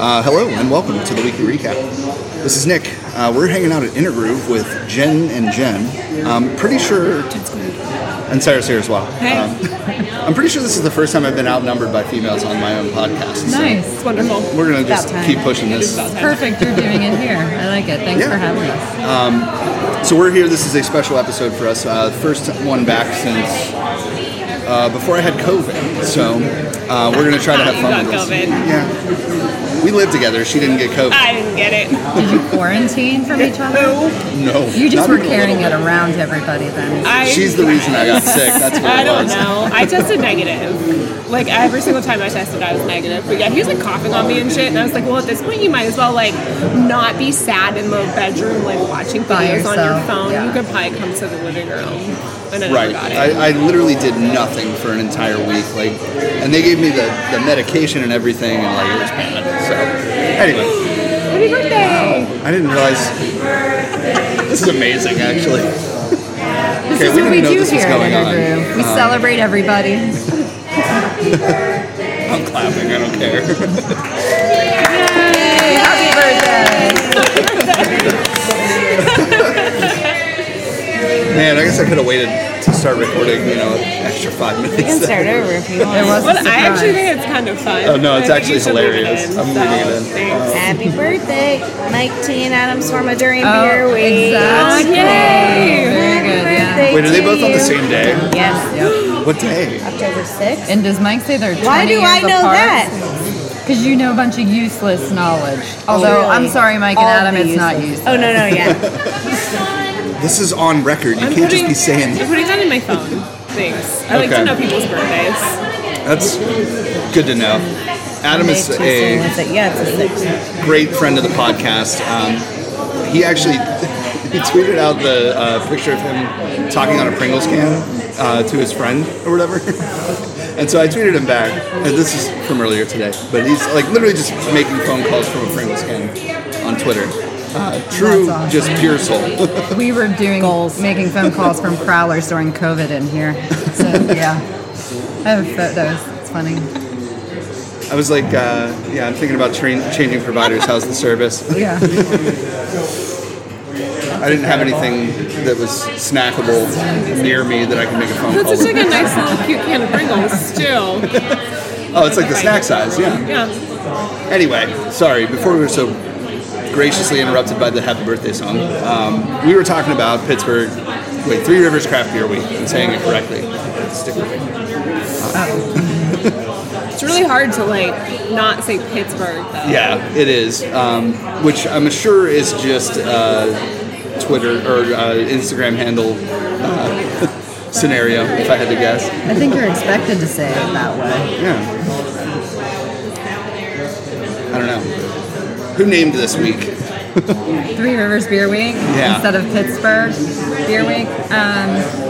Uh, hello and welcome to the weekly recap. This is Nick. Uh, we're hanging out at Intergroove with Jen and Jen. Um, pretty sure, and Sarah's here as well. Hey. Um, I'm pretty sure this is the first time I've been outnumbered by females on my own podcast. so Nice. Wonderful. We're gonna just time. keep pushing this. Perfect, you're doing it here. I like it. Thanks Yeah. for having us. So we're here. This is a special episode for us. Uh, first one back since uh, before I had COVID. So uh, we're gonna try to have You fun got with this. COVID. Ah, Yeah. We lived together. She didn't get COVID. I didn't get it. Did you quarantine from each other? no. You not just were even a carrying little. it around to everybody then. I, She's the reason I got sick. That's what I it don't was. know. I tested negative. Like every single time I tested, I was negative. But yeah, he was like coughing on me and shit, and I was like, well, at this point, you might as well like not be sad in the bedroom, like watching By videos on your yourself, phone. yeah. You could probably come to the living room, and I never Right. got it. I, I literally did nothing for an entire week. Like, and they gave me the, the medication and everything, and like it was bad. So, anyway, Happy birthday! I didn't realize. This is amazing, actually. This okay, is we what didn't we know do this was here at going on. Intergroup. We celebrate everybody. I'm clapping. I don't care. Yay! Happy birthday! Man, I guess I could have waited to start recording. You know, an extra five minutes. over if you want. It was a But I actually surprise. think it's kind of fun. Oh, no, it's I think you actually should leave it hilarious. in, I'm so, leaving it in. thanks. Happy birthday, Mike T and Adam's Form of During Oh, Beer Week. exactly. Very Yay! good, yeah. Birthday Wait, are they to both on the you. same day? Yes. Yep. What day? October 6th. And does Mike say they're 20 Why do years I know apart? that? Because you know a bunch of useless knowledge. Although, Really? I'm sorry, Mike and All Adam, the it's not useless. useless. Oh, no, no, yeah. This is on record. You I'm can't just putting- be saying I'm putting that in my phone. Thanks. I like Okay. to know people's birthdays. that's good to know. Adam is a Is it? Yeah, it's the 6th. great friend of the podcast. Um, he actually he tweeted out the uh, picture of him talking on a Pringles can uh, to his friend or whatever. and so I tweeted him back, and this is from earlier today. But he's like literally just making phone calls from a Pringles can on Twitter. Uh, true, awesome. just pure soul. We were doing making phone calls from prowlers during COVID in here. So yeah, I have photos. It's funny. I was like, uh, yeah, I'm thinking about train- changing providers. How's the service? Yeah, I didn't have anything that was snackable near me that I could make a phone call. That's such with. like a nice little cute can of Pringles, too. Oh, it's like the snack size, yeah. Yeah. Anyway, sorry, before we were so graciously interrupted by the happy birthday song, um, we were talking about Pittsburgh, wait, Three Rivers Craft Beer Week, and saying it correctly. Stick with me. It's really hard to like not say Pittsburgh though. Yeah, it is, um, which I'm sure is just uh, Twitter or uh, Instagram handle uh, scenario, if I had to guess. I think you're expected to say it that way. Yeah. I don't know. Who named this week? Three Rivers Beer Week Yeah. instead of Pittsburgh Beer Week. Um,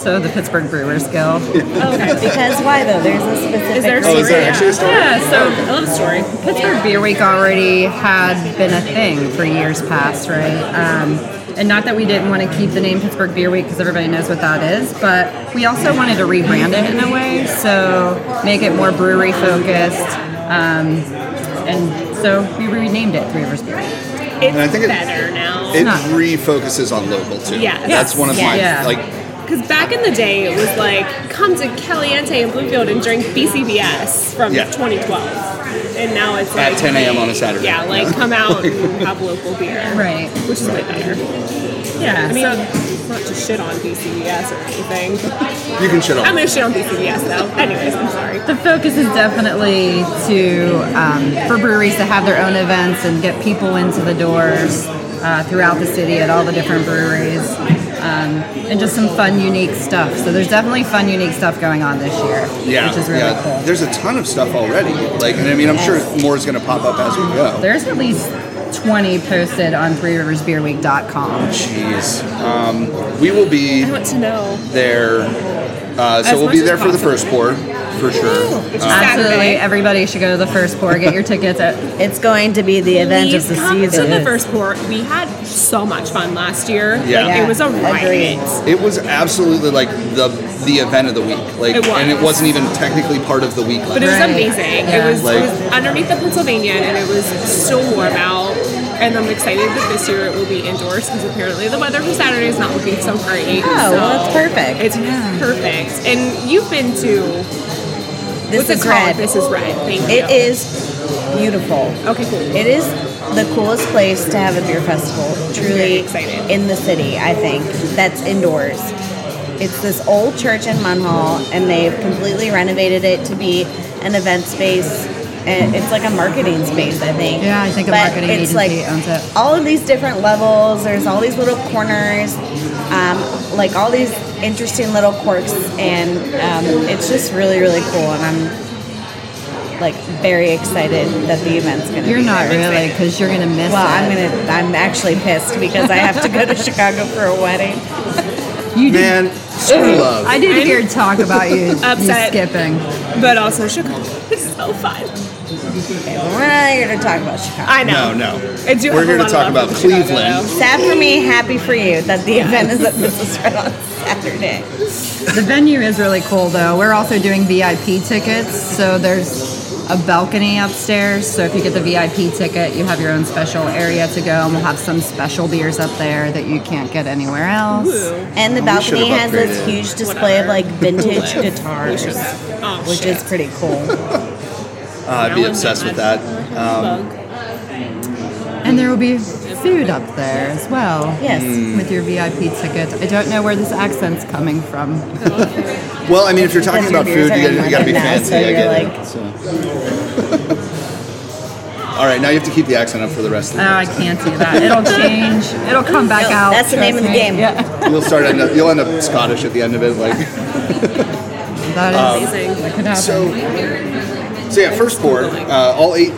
so the Pittsburgh Brewers Guild. Oh, Because why, though? There's a specific Is there a Oh, story? is there actually a story? Yeah, so I love a story. Pittsburgh Beer Week already had been a thing for years past, right? Um, and not that we didn't want to keep the name Pittsburgh Beer Week because everybody knows what that is, but we also wanted to rebrand it in a way, so make it more brewery focused. Um, and so we renamed it Three Rivers Beer Week. It's I think it- better now. It Not- refocuses on local too. Yes. That's one of my Yeah. like Because back in the day, it was like come to Caliente in Bluefield and drink BCBS from Yeah. 2012, and now it's At like 10 a.m. on a Saturday. Yeah, like come out and have local beer. Right. which is way better. Yeah, I mean, so- it's not to shit on BCBS or anything. you can shut up. I'm gonna shit on BCBS though. Anyways, I'm sorry. The focus is definitely to um, for breweries to have their own events and get people into the doors uh, throughout the city at all the different breweries, um, and just some fun, unique stuff. So there's definitely fun, unique stuff going on this year, Yeah, which is really yeah. cool. There's a ton of stuff already. Like, and I mean, I'm sure more is going to pop up as we go. There's at least 20 posted on ThreeRiversBeerWeek.com. Jeez, um, we will be I want to know. there. Uh, so As we'll much be as there for the possible. first pour. Um, for sure. It's Uh, Saturday. Absolutely, everybody should go to the first pour. Get your tickets. At, It's going to be the event Please of the come season. to the first port. We had so much fun last year. Yeah. Like, Yeah, it was a agreed. riot. it was absolutely like the the event of the week, like, It was. and it wasn't even technically part of the week. But it was Right. amazing. Yeah. It, was, Like- it was underneath the Pennsylvania, and it was still warm out. And I'm excited that this year it will be indoors because apparently the weather for Saturday is not looking so great. Oh, so well, it's perfect. It's perfect. And you've been to this what's is it called? red. This is red. Thank you. It is beautiful. Okay, cool. It is the coolest place to have a beer festival, Very truly excited. in the city, I think, that's indoors. It's this old church in Munhall, and they've completely renovated it to be an event space. And it's like a marketing space, I think. Yeah, I think a But marketing agency it's like owns it. All of these different levels. There's all these little corners, um, like all these interesting little quirks, and um, it's just really, really cool. And I'm like very excited that the event's gonna. you're be not there. really because you're gonna miss Well, it. I'm gonna. I'm actually pissed because I have to go to Chicago for a wedding. you did. man, screw love. I did hear talk about you, you Upset. skipping. But also Chicago. It's so fun. Okay, well, we're not here to talk about Chicago. I know. no, no. I do We're have a here to lot of talk love about for Chicago, Cleveland. though. Sad for me, happy for you that the event is at Mrs. Red on Saturday. The venue is really cool though. We're also doing VIP tickets, so there's a balcony upstairs. So if you get the VIP ticket, you have your own special area to go, and we'll have some special beers up there that you can't get anywhere else. And the We balcony should've has this upgraded. huge display of Whatever. like vintage Whatever. guitars, Oh, which shit. is pretty cool. Uh, I'd be obsessed with that. Um, And there will be food up there as well. Yes. Hmm. Mm. With your VIP ticket. I don't know where this accent's coming from. well, I mean, if you're talking Because your about food, you beers are in gotta, you gotta be London now, fancy. so I you're get like- it. So. All right, now you have to keep the accent up for the rest of Oh, I can't do that. It'll change. It'll come back No, out. that's the name trust of me. the game. Yeah. You'll start end up, you'll end up Scottish at the end of it, like That is Amazing. That could happen. so. So yeah, first board, uh, all eight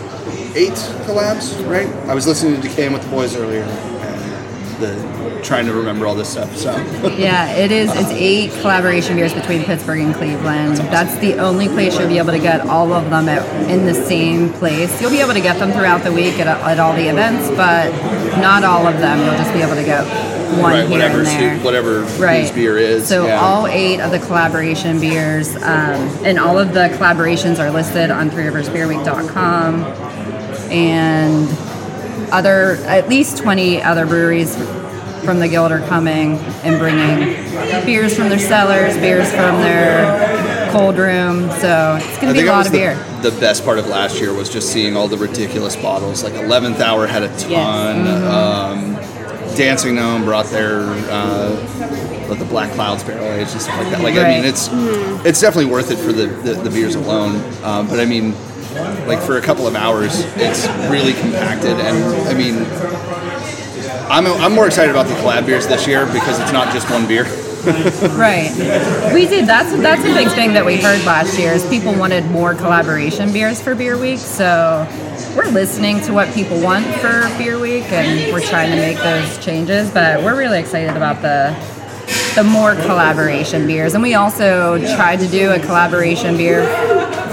eight collabs, right? I was listening to Decaying with the boys earlier, and the trying to remember all this stuff. So Yeah, it is. It's eight collaboration beers between Pittsburgh and Cleveland. That's the only place you'll be able to get all of them at, in the same place. You'll be able to get them throughout the week at, at all the events, but not all of them. You'll just be able to get one right, here whatever and there. su- whatever Right. whose beer is. So yeah. all eight of the collaboration beers, um, and all of the collaborations are listed on ThreeRiversBeerWeek.com, and other at least twenty other breweries from the guild are coming and bringing beers from their cellars, beers from their cold room. So it's I going think to be a that lot was of the, beer. the best part of last year was just seeing all the ridiculous bottles. Like Eleventh Hour had a ton. Mm-hmm. Um, Dancing Gnome brought their uh, with the Black Clouds barrel age and stuff like that. Like I mean, Right. Mm-hmm. it's it's definitely worth it for the the, the beers alone. Um, but I mean, like for a couple of hours, it's really compacted. And I mean, I'm I'm more excited about the collab beers this year because it's not just one beer. Right. We did. That's that's a big thing that we heard last year is people wanted more collaboration beers for Beer Week. So we're listening to what people want for Beer Week, and we're trying to make those changes. But we're really excited about the the more collaboration beers, and we also tried to do a collaboration beer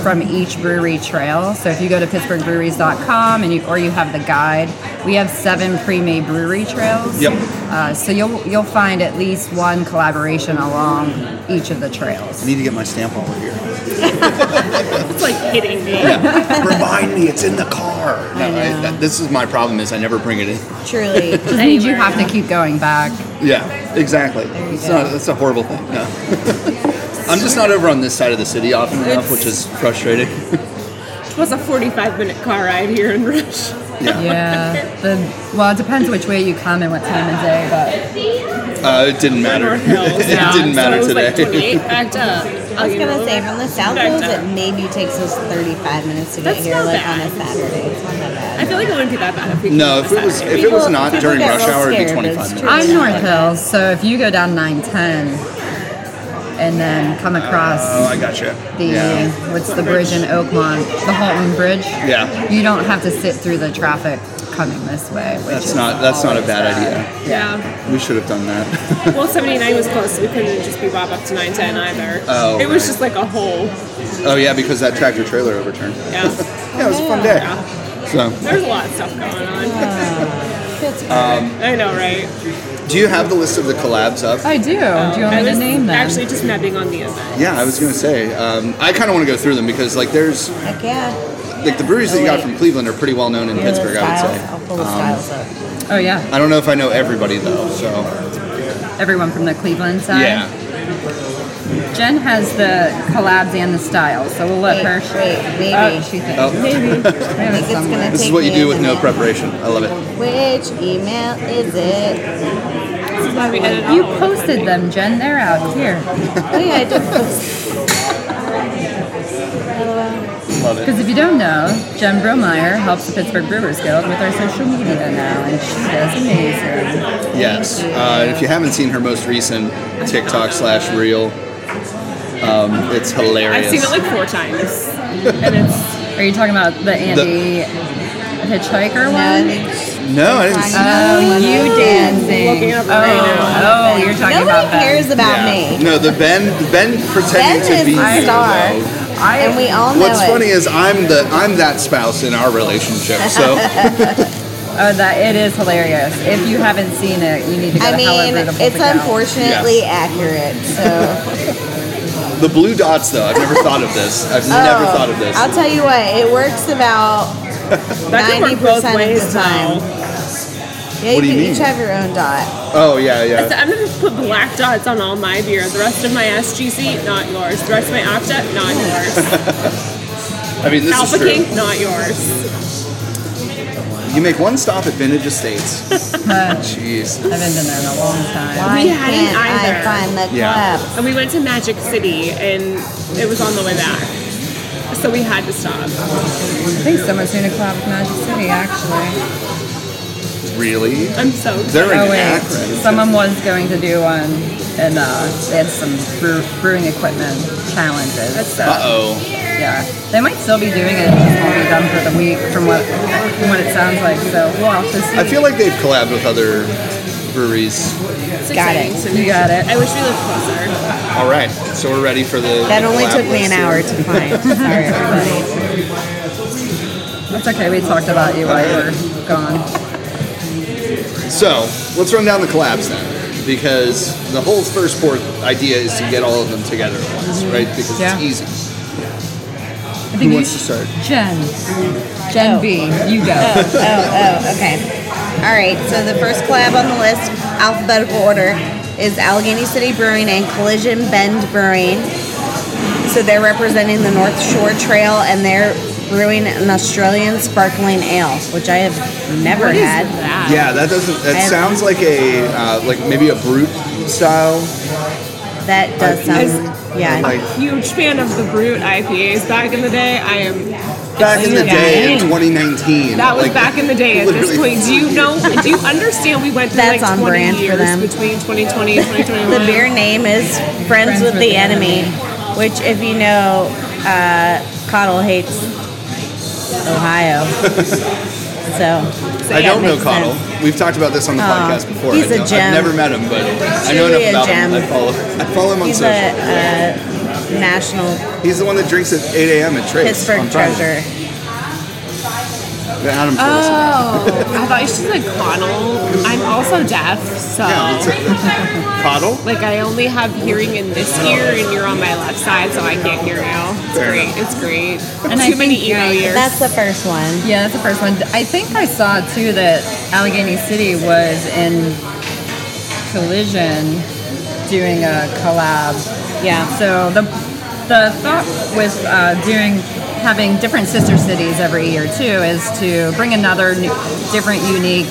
from each brewery trail. So if you go to pittsburghbreweries.com and you or you have the guide, we have seven pre-made brewery trails. Yep. Uh, so you'll you'll find at least one collaboration along each of the trails. need to get my stamp over here. It's like hitting me. Remind me, it's in the car. No, I that, this is my problem. Is I never bring it in. Truly, Just means you have to keep going back. Yeah, exactly. It's not. It's a horrible thing. No. I'm just not over on this side of the city often enough, which is frustrating. It was a 45 minute car ride here in Rush. Yeah. Yeah. The well, it depends which way you come and what time of day, but Uh, it didn't matter. North Hills. it didn't matter so It was like today. 28 backed up. I was gonna say from the South Back Coast, down. it maybe takes us 35 minutes to get That's here, not like bad. on a Saturday. It's not that bad. I feel like it wouldn't be that bad if we no, came if it was Saturday. if it was not People during get rush real hour, it'd be scared, but it's 25 minutes. true. I'm North Hills, so if you go down 910 and then come across Oh, I gotcha. the Yeah. what's the bridge in Oakmont, the Halton Bridge. Yeah. You don't have to sit through the traffic coming this way. Which That's is not- that's not a always bad idea. Yeah. We should have done that. Well, 79 was close, so we couldn't just be Bob up to 910 either. Oh, it was right. just like a whole. oh yeah, because that tractor trailer overturned. Yeah. Yeah, it was a fun day. yeah. So, There was a lot of stuff going on. Um, I know, right? do you have the list of the collabs up? I do. do you want I me to was name them? actually just mapping on the event. Yeah, I was gonna say. Um, I kind of want to go through them because like there's Heck yeah. like the breweries that you got from Cleveland are pretty well known in Here are the Pittsburgh. I would styles. say. Um, I'll pull the styles up. oh yeah, I don't know if I know everybody though. So everyone from the Cleveland side. yeah, Jen has the collabs and the styles, so we'll let Wait, her. wait, maybe. Oh, she thinks. Oh. Maybe. I have it I think it's gonna somewhere. this is take what you me do a with no minute. preparation. I love it. Which email is it? This is why we edit You all of posted them, Jen. They're out here. Oh yeah, I did Um, post. Love it. Because if you don't know, Jen Bromeyer helps the Pittsburgh Brewers Guild with our social media now, and she does amazing. Yes. Uh, if you haven't seen her most recent TikTok slash reel, um, it's I've hilarious. seen it like four times. and it's. Are you talking about the Andy Hitchhiker one? no, I didn't. Uh, See Oh, you Looking dancing. up Oh, right now. oh, you're talking about Nobody that. cares about yeah. me. No, the Ben Ben pretending Ben to is be the you, star, though. and we all know What's it. funny is I'm the I'm that spouse in our relationship. So Oh, that it is hilarious. If you haven't seen it, you need to go I to Hella mean, Rootable it's to go. unfortunately accurate. So the blue dots, though, I've never thought of this. I've never Oh, thought of this. I'll tell you what, it works about That could work both 90% of ways, the time. though. yeah. You What do can you mean? each have your own dot. oh yeah, So yeah. I'm gonna put black dots on all my beer. The rest of my SGC, not yours. The rest of my Opta, not yours. I mean, this Alpha is true. King, not yours. You make one stop at Vintage Estates. Uh. Jeez. I haven't been there in a long time. Why We hadn't can't either. I find the Yeah. collab? And we went to Magic City, and it was on the way back. So we had to stop. I think someone's doing a collab with Magic City, actually. Really? I'm so excited. They're in Oh wait, Akron. someone was going to do one, and uh, they had some brew- brewing equipment challenges. So Uh oh. yeah, they might still be doing it. It just won't be done for the week, from what from what it sounds like. So we'll have to see. I feel like they've collabed with other breweries. It's Got it. exciting to me. You got it. I wish we lived closer. All right, so we're ready for the. That the only collab took me list an here. hour to find. Sorry, everybody. that's okay. We talked about you while you were gone. So let's run down the collabs then, because the whole first port idea is to get all of them together at once, right? Because Yeah. it's easy. I think Who you wants to should- start? Jen. Jen Oh. B. You go. Oh, oh, okay. All right. So the first collab on the list, alphabetical order, is Allegheny City Brewing and Collision Bend Brewing. So they're representing the North Shore Trail, and they're brewing an Australian sparkling ale, which I have never What is had. that? Yeah, that doesn't. I That have- sounds like a uh, like maybe a brute style. That does Is- sound, yeah. Like Huge fan of the Brute IPAs back in the day. I am. back in the day in Dang. 2019. That was like, back in the day. At this literally- point, do you know? Do you understand? We went through That's like on 20 brand for years them. between 2020 and 2021. The beer name is Friends, with, the, Enemy, which, if you know, uh, Cottle hates Ohio. so I don't know makes Cottle. We've talked about this on the podcast before. he's I a don't- gem. I've never met him, but I know Truly enough about a him. I gem. follow. I follow him on he's a social. uh, national he's the one that drinks at 8 a.m. at Trace Pittsburgh on Friday. treasure. Yeah, Adam told us about it. Oh, I thought you said like Connell. I'm also deaf, so Yeah, it's a- Cottle. like I only have hearing in this ear, and you're on my left side, so I can't hear you. It's Fair great. enough. It's great. And Too I many think, emo yeah, years. That's the first one. Yeah, that's the first one. I think I saw too that Allegheny City was in collision doing a collab. Yeah. So the the thought with uh, doing having different sister cities every year too is to bring another new, different unique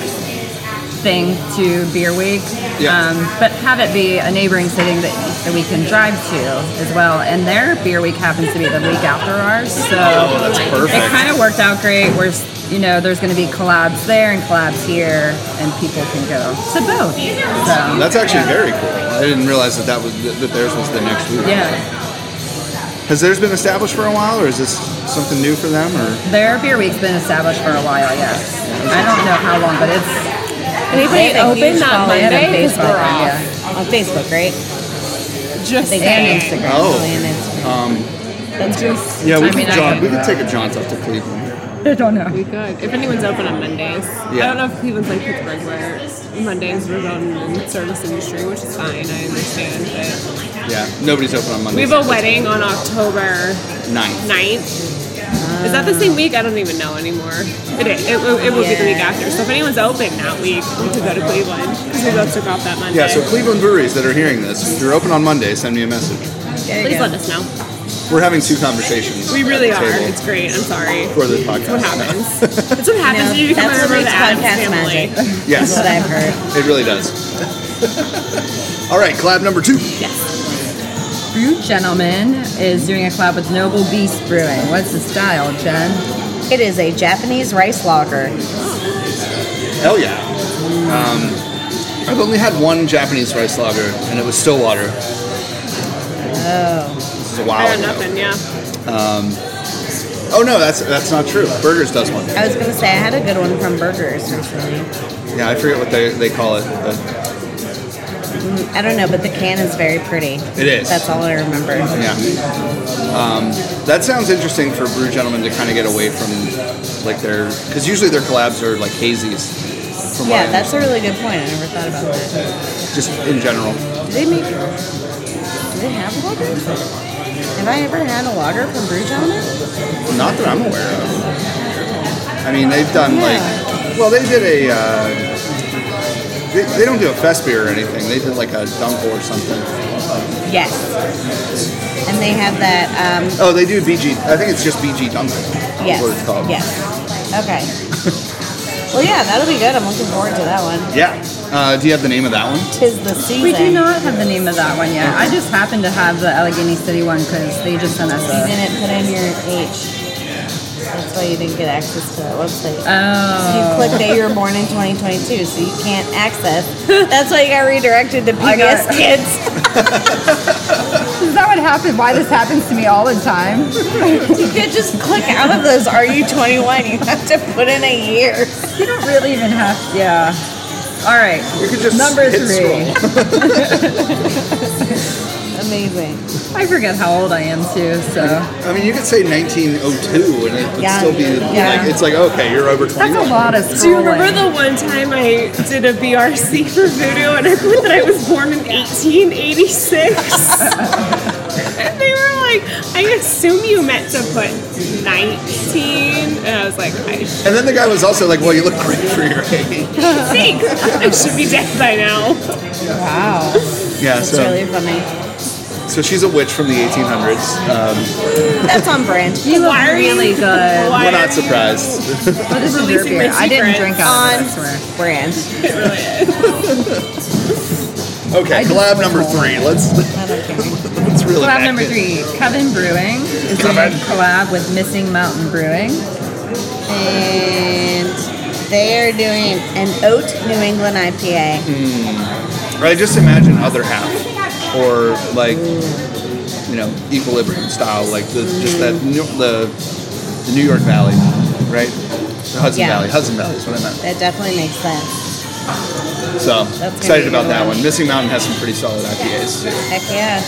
thing to Beer Week. Um, Yeah. but have it be a neighboring city that, that we can drive to as well. And their Beer Week happens to be the week after ours. So Oh, that's perfect. it kind of worked out great. We're, s- you know, there's going to be collabs there and collabs here, and people can go to both. So, That's actually yeah. very cool. I didn't realize that that was that theirs was the next week. Yeah. Has theirs been established for a while, or is this something new for them? Or Their beer week's been established for a while, yes. I don't know how long, but it's Anybody They have a open huge that following they have a Monday? Because Facebook, we're off. yeah. on Facebook, right? Just They saying. and Instagram. Oh. Um, probably, and Instagram. That's just yeah, we I could mean, I jaunt- could- we could take a jaunt up to Cleveland. I don't know. We could. If anyone's open on Mondays. I Yeah. don't know if Cleveland's like Pittsburgh where Mondays were done in the service industry, which is fine. I understand. But Yeah, nobody's open on we Monday. have a wedding on October ninth. 9th. Is that the same week? I don't even know anymore. It is. It, will- it will be the week Yeah. after. So if anyone's open that week, we could go to Cleveland because we both took off that Monday. Yeah, so Cleveland breweries that are hearing this, if you're open on Monday, send me a message. please let us know. We're having two conversations. We really at are. the table It's great. I'm sorry. for this That's what podcast. happens. That's what happens No, when you become a that's what member of the makes Addams podcast family. magic. Yes, what I've heard. it really does. All right, collab number two. Brew Gentleman is doing a collab with Noble Beast Brewing. What's the style, Jen? It is a Japanese rice lager. Hell yeah. Um, I've only had one Japanese rice lager, and it was Stillwater. Oh. This is a Oh. I while got ago. nothing. Yeah. Oh no, that's that's not true. Burgers does one. I was gonna say I had a good one from Burgers recently. Yeah, I forget what they, they call it, but I don't know, but the can is very pretty. it is. That's all I remember. yeah. Um, that sounds interesting for brew gentlemen to kind of get away from, like their because usually their collabs are like hazies. From what Yeah, I- that's a really good point. I never thought about that. just in general. Do they make? Do they have lagers? Have I ever had a lager from Brew Gentleman? Not that I'm aware of. I mean, they've done Yeah. like, well, they did a. Uh, they, they don't do a fest beer or anything. They did like a dump or something. Yes. And they have that. Um, Oh, they do BG. I think it's just BG Dunkel. is yes. What it's called. Yes. Okay. well, yeah, that'll be good. I'm looking forward to that one. Yeah. Uh, do you have the name of that one? Tis the season. We do not have the name of that one yet. I just happen to have the Allegheny City one because they just sent us You a. didn't put in your H. That's why you didn't get access to that website. Oh. You clicked that you were born in 2022, so you can't access. That's why you got redirected to I got- PBS Kids. Is that what happened? Why this happens to me all the time? You could just click out of those. Are you 21? You have to put in a year. You don't really even have. Yeah. All right. You could just Number hit three. scroll. Amazing. I forget how old I am too, so I mean, you could say 1902 and it would Yeah. still be Yeah. like it's like okay, you're over 21. that's a lot of Do you remember scrolling. the one time I did a BRC for Voodoo and I put that I was born in 1886? and they were like, I assume you meant to put 19. And I was like, I And then the guy was also like, "Well, you look great for your age." think I should be dead by now. Wow. Yeah. That's So really funny. so she's a witch from the 1800s. Um, That's on brand. You look Why are you- really good. Why Uh, we're are not you- surprised. But this is your Releasing my beer. I didn't secrets. drink out On of it, I swear. brand. Okay, I just collab went number home. three. Let's let's really Collab back number in. three, Coven Brewing is doing a Coven. collab with Missing Mountain Brewing. And they are doing an oat New England IPA. I just imagine other half, or like you know equilibrium style, like the, just that New, the the New York Valley, right? The Hudson Yeah. Valley. Hudson Valley is what I meant. That definitely makes sense. So gonna excited be about good that one. one. Missing Mountain has some pretty solid IPAs too. Heck yeah.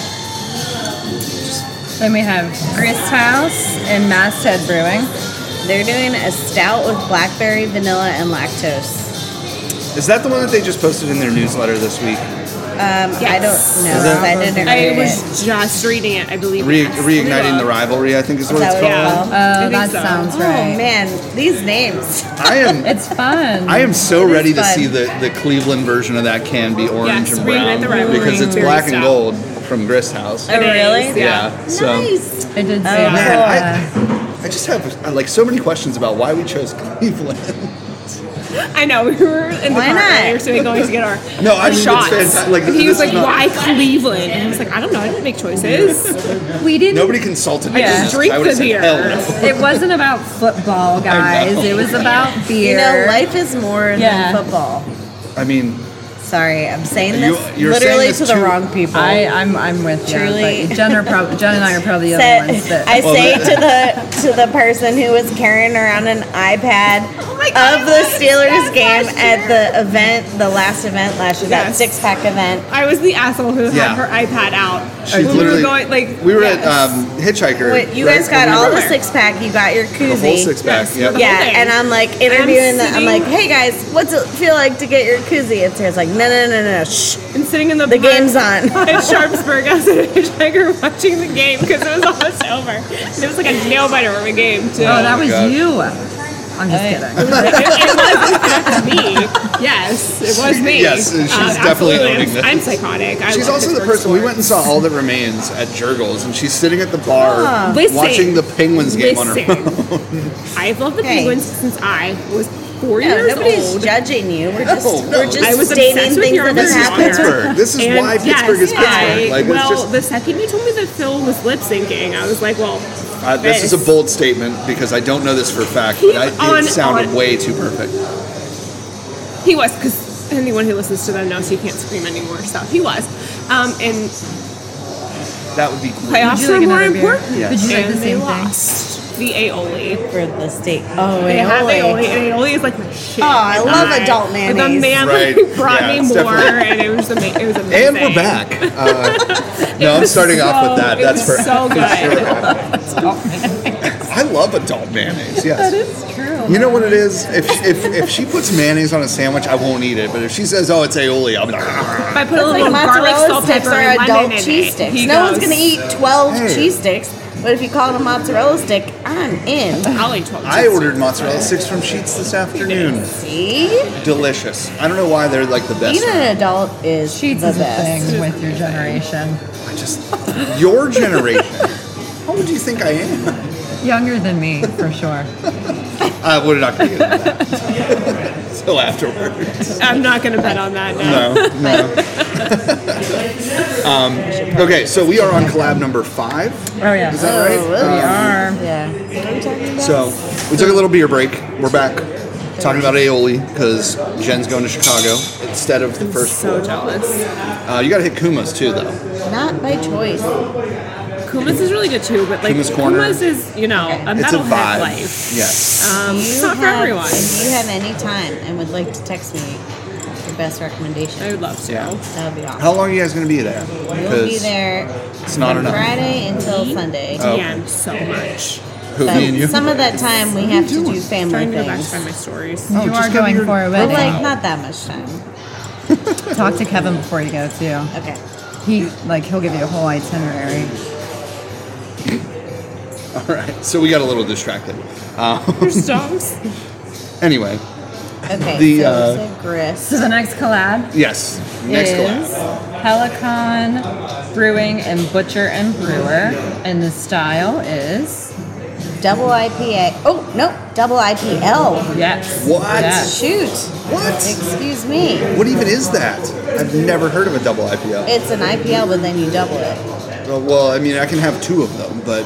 Then we have Grist House and Masthead Brewing. They're doing a stout with blackberry, vanilla, and lactose. Is that the one that they just posted in their newsletter this week? Um, Yes. I don't know. Is that- I didn't I read it. was just reading it, I believe. Re- yes. reigniting the rivalry, I think is what Is it's that what called. it's Yeah. Oh, Oh, I think that so. sounds Oh right. man, these names. I am It's fun. I am so It is ready to fun. see the, the Cleveland version of that can be orange Yes, and reignite brown the rivalry. because it's Very black and stout. gold from Grist House. Oh, It is, really? Yeah. Yeah. So Nice. I did see Oh, man, that. I just have uh, like so many questions about why we chose Cleveland. I know we were in the Why car not? earlier, so we were going to get our No, our I mean, it's shots. fantastic. Like, And he this was is like, not- "Why Cleveland?" And I was like, "I don't know. I didn't make choices. we didn't. Nobody consulted me. I on just this. drink I the would've said, beer." Hell no. It wasn't about football, guys. It was about beer. You know, life is more Yeah. than football. I mean, Sorry, I'm saying You- this you're saying literally this to the to- wrong people. I, I'm, I'm with you. Truly. but Jen, are prob- Jen and I are probably the Said- only ones that. I Well, say the- to the to the person who was carrying around an iPad my God, I of the was Steelers obsessed game last at the event, the last event last year, that Yes. six pack event. I was the asshole who Yeah. had her iPad out. She when we literally were going, like, we were yes. at um, Hitchhiker. Wait, you right, guys got when we all were the there. six pack. You got your the koozie. whole six pack. Yes, Yep. the Yeah, whole thing. and I'm like interviewing them. I'm sitting- like, hey guys, what's it feel like to get your koozie? And Sarah's like, no, no, no, no, no, shh, and sitting in the the park game's on. at Sharpsburg, I was at Hitchhiker watching the game because it was almost over. And it was like a nail biter of a game too. oh, that was God. you. I'm just kidding. it, it was in fact me. Yes, it was me. Uh, Yes, she's definitely absolutely. owning this. I'm psychotic. I She's love also the Pittsburgh person we sports. went and saw All That Remains at Jurgles, and she's sitting at the bar Listen. watching the Penguins game on her phone. I've loved the Hey. Penguins since I was four Yeah, years nobody's old. judging you. We're No, just no. we're just I was stating obsessed with things your that have Pittsburgh. Pittsburgh. happened. This is why Pittsburgh is Pittsburgh. I- Like, it's well, just- the second you told me that Phil was lip syncing, I was like, well, Uh, this is a bold statement because I don't know this for a fact, but I, it Keep on- sounded on. way too perfect. He was, because anyone who listens to them knows he can't scream anymore. So he was. Um, and That would be great. playoffs Would are you like more another beer? important. Yes. Would you like and the they same thing? lost the aioli. for the state. Oh, They wait, have wait. aioli, and aioli is like my shit. Oh, I And love adult and mayonnaise. The man Right. like, brought Yeah, me it's more, definitely- and it was, ama- it was amazing. And we're back. Uh, no, I'm was starting off with so- that. it That's was for so good. I love adult mayonnaise. Yes. is true. You know what it is? If, if if she puts mayonnaise on a sandwich, I won't eat it. But if she says, "Oh, it's aioli," I'll be like, "Ah." If I put a Like little garlic mozzarella salt sticks pepper are in my adult mayonnaise, cheese sticks. he No one's goes, gonna eat twelve Hey. cheese sticks, but if you call it a mozzarella stick, I'm in. I'll eat 12 "I cheese ordered mozzarella sticks from Sheets this afternoon. See, Delicious. I don't know why they're like the best. being an adult is Sheets the is a best. thing with your generation. I just your generation. How old do you think I am? Younger than me, for sure. Uh, we're not going to get into that. Till afterwards. sticks. I'm not going to bet on that now. No, no. um, okay, so we are on collab number five. Oh, yeah. Is that right? Oh, really? are. Yeah. What are we talking about? So we took a little beer break. We're back talking about aioli because Jen's going to Chicago instead of the first. So jealous. Uh, you got to hit Kuma's too, though. Not by choice. Kuma's is really good too, but like Kuma's Kuma's, Corner. is, you know, a It's a metalhead vibe. life. Yes. Um, it's You not for have- everyone. If you have any time and would like to text me your best recommendation, I would love to. Yeah. that would be awesome. How long are you guys going to Oh. be there? We'll be there It's not from enough. Friday until Sunday. Oh. DM so much. Who, But me and you? some of that time we have to do family Trying to go back to things. find my stories. Oh, you just are go to going your- for a But wedding. like not that much time. Talk to Kevin before you go too. Okay. He like he'll give you a whole itinerary. All right. So we got a little distracted. Uh, There's songs. anyway, Okay. The, so, uh, so So grist. the next collab yes. Next is collab. Helicon Brewing and Butcher and Brewer, and the style is Double IPA. Oh no, double IPL. yes. What? Yes. Shoot. What? Excuse me. What even is that? I've never heard of a double IPO. It's an IPL, but then you double it. Uh, Well, I mean, I can have two of them, but